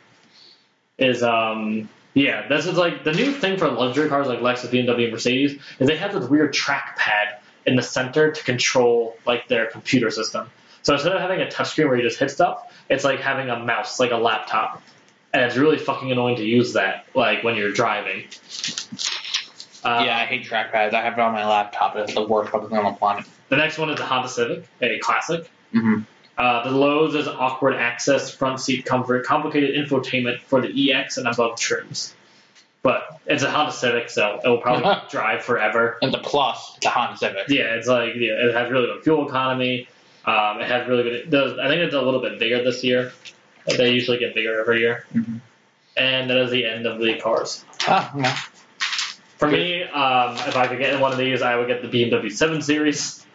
B: is um yeah, this is like the new thing for luxury cars like Lexus, BMW, and Mercedes is they have this weird trackpad in the center to control like their computer system. So instead of having a touchscreen where you just hit stuff, it's like having a mouse, like a laptop. And it's really fucking annoying to use that, like when you're driving. Uh,
A: yeah, I hate trackpads. I have it on my laptop. It's the worst fucking thing on the planet.
B: The next one is the Honda Civic, a classic.
A: Mm-hmm.
B: Uh, the Lowe's is awkward access, front seat comfort, complicated infotainment for the EX and above trims. But it's a Honda Civic, so it will probably drive forever.
A: And the plus, it's a Honda Civic.
B: Yeah, it's like yeah, it has really good fuel economy. Um, it has really good. Does, I think it's a little bit bigger this year. Like, They usually get bigger every year.
A: Mhm.
B: And that is the end of the cars.
A: Ah, yeah.
B: For me, um, if I could get one of these, I would get the BMW 7 Series.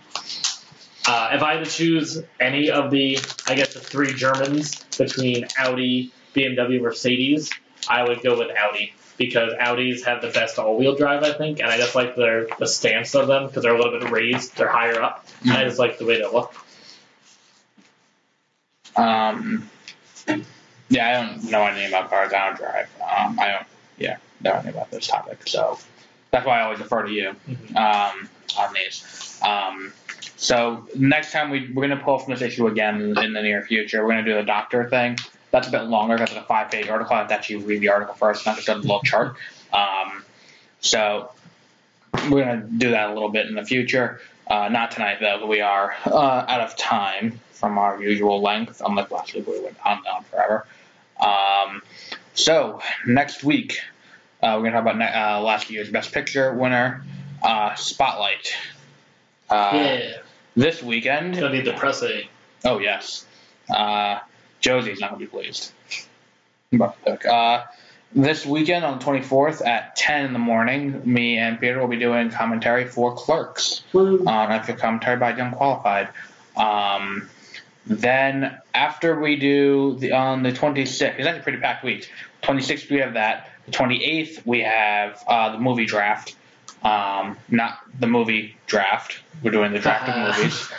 B: Uh, if I had to choose any of the, I guess the three Germans between Audi, BMW, Mercedes, I would go with Audi because Audis have the best all-wheel drive, I think, and I just like their the stance of them because they're a little bit raised, they're higher up, and I just like the way they look.
A: Um, yeah, I don't know anything about cars. I don't drive. Um, I don't. Yeah, know anything about this topic. So that's why I always refer to you
B: Mhm.
A: um, on these. Um, so next time we we're gonna pull from this issue again in the near future. We're gonna do the doctor thing. That's a bit longer because it's a five page article. I have to actually read the article first, not just a little chart. Um, so we're gonna do that a little bit in the future. Uh, not tonight though, but we are uh, out of time from our usual length. Unlike last week, we went on and on forever. Um, so next week, uh, we're gonna talk about ne- uh, last year's Best Picture winner, uh, Spotlight. Uh,
B: yeah,
A: This
B: it's
A: weekend,
B: gonna be depressing.
A: Oh yes. Uh, Josie's not gonna be pleased. But look, uh, this weekend on the 24th at 10 in the morning, me and Peter will be doing commentary for Clerks
B: Woo.
A: on after commentary by Young Qualified. Um, then after we do the on the 26th, it's actually a pretty packed week. 26th we have that. The 28th we have uh, the movie draft. Um, not the movie draft. We're doing the draft of movies.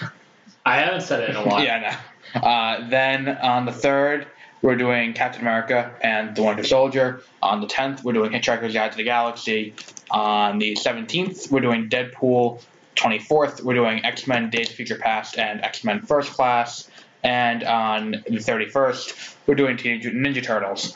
B: I haven't said it in a while.
A: Yeah, I know. Uh, then on the third, we're doing Captain America and the Winter Soldier. On the tenth, we're doing Hitchhiker's Guide to the Galaxy. On the seventeenth, we're doing Deadpool. Twenty fourth, we're doing X Men: Days of Future Past and X Men: First Class. And on the thirty first, we're doing Teenage Mutant Ninja Turtles.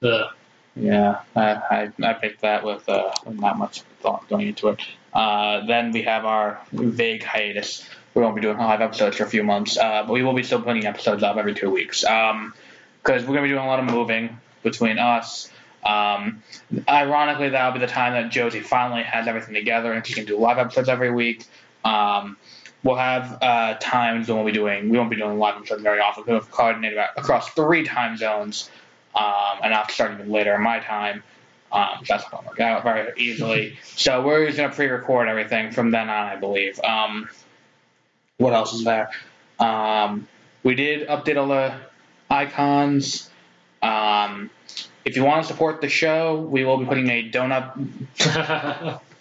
B: The- [LAUGHS]
A: Yeah, uh, I I picked that with uh, not much thought going into it. Uh, then we have our vague hiatus. We won't be doing live episodes for a few months, uh, but we will be still putting episodes up every two weeks. Um, because we're gonna be doing a lot of moving between us. Um, ironically, that'll be the time that Josie finally has everything together and she can do live episodes every week. Um, we'll have uh, times when we'll be doing we won't be doing live episodes very often. We'll coordinate about across three time zones, um, and I'll have to start even later in my time. Um, so that's not gonna work out very easily. so we're just gonna pre-record everything from then on, I believe. Um, what else is there? Um, we did update all the icons. Um, if you want to support the show, we will be putting a donut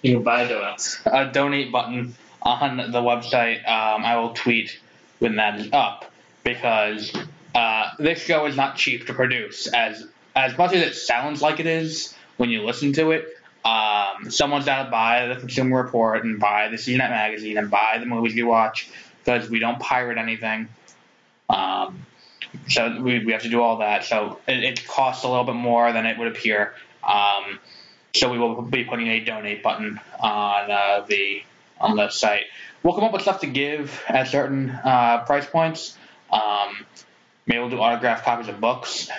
B: you can buy donuts.
A: [LAUGHS] a donate button on the website. Um, I will tweet when that is up because uh, this show is not cheap to produce. As as much as it sounds like it is when you listen to it, um, someone's got to buy the Consumer Report and buy the CNET magazine and buy the movies we watch because we don't pirate anything. Um, so we, we have to do all that. So it, it costs a little bit more than it would appear. Um, so we will be putting a donate button on uh, the on the site. We'll come up with stuff to give at certain uh, price points. Um, maybe we'll do autographed copies of books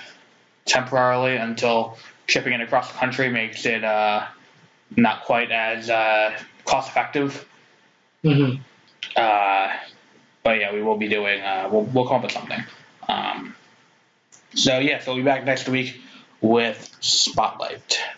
A: temporarily until shipping it across the country makes it uh, not quite as uh, cost effective.
B: Mm-hmm.
A: Uh, but yeah, we will be doing. Uh, we'll we'll come up with something. Um, so yeah, so we'll be back next week with Spotlight.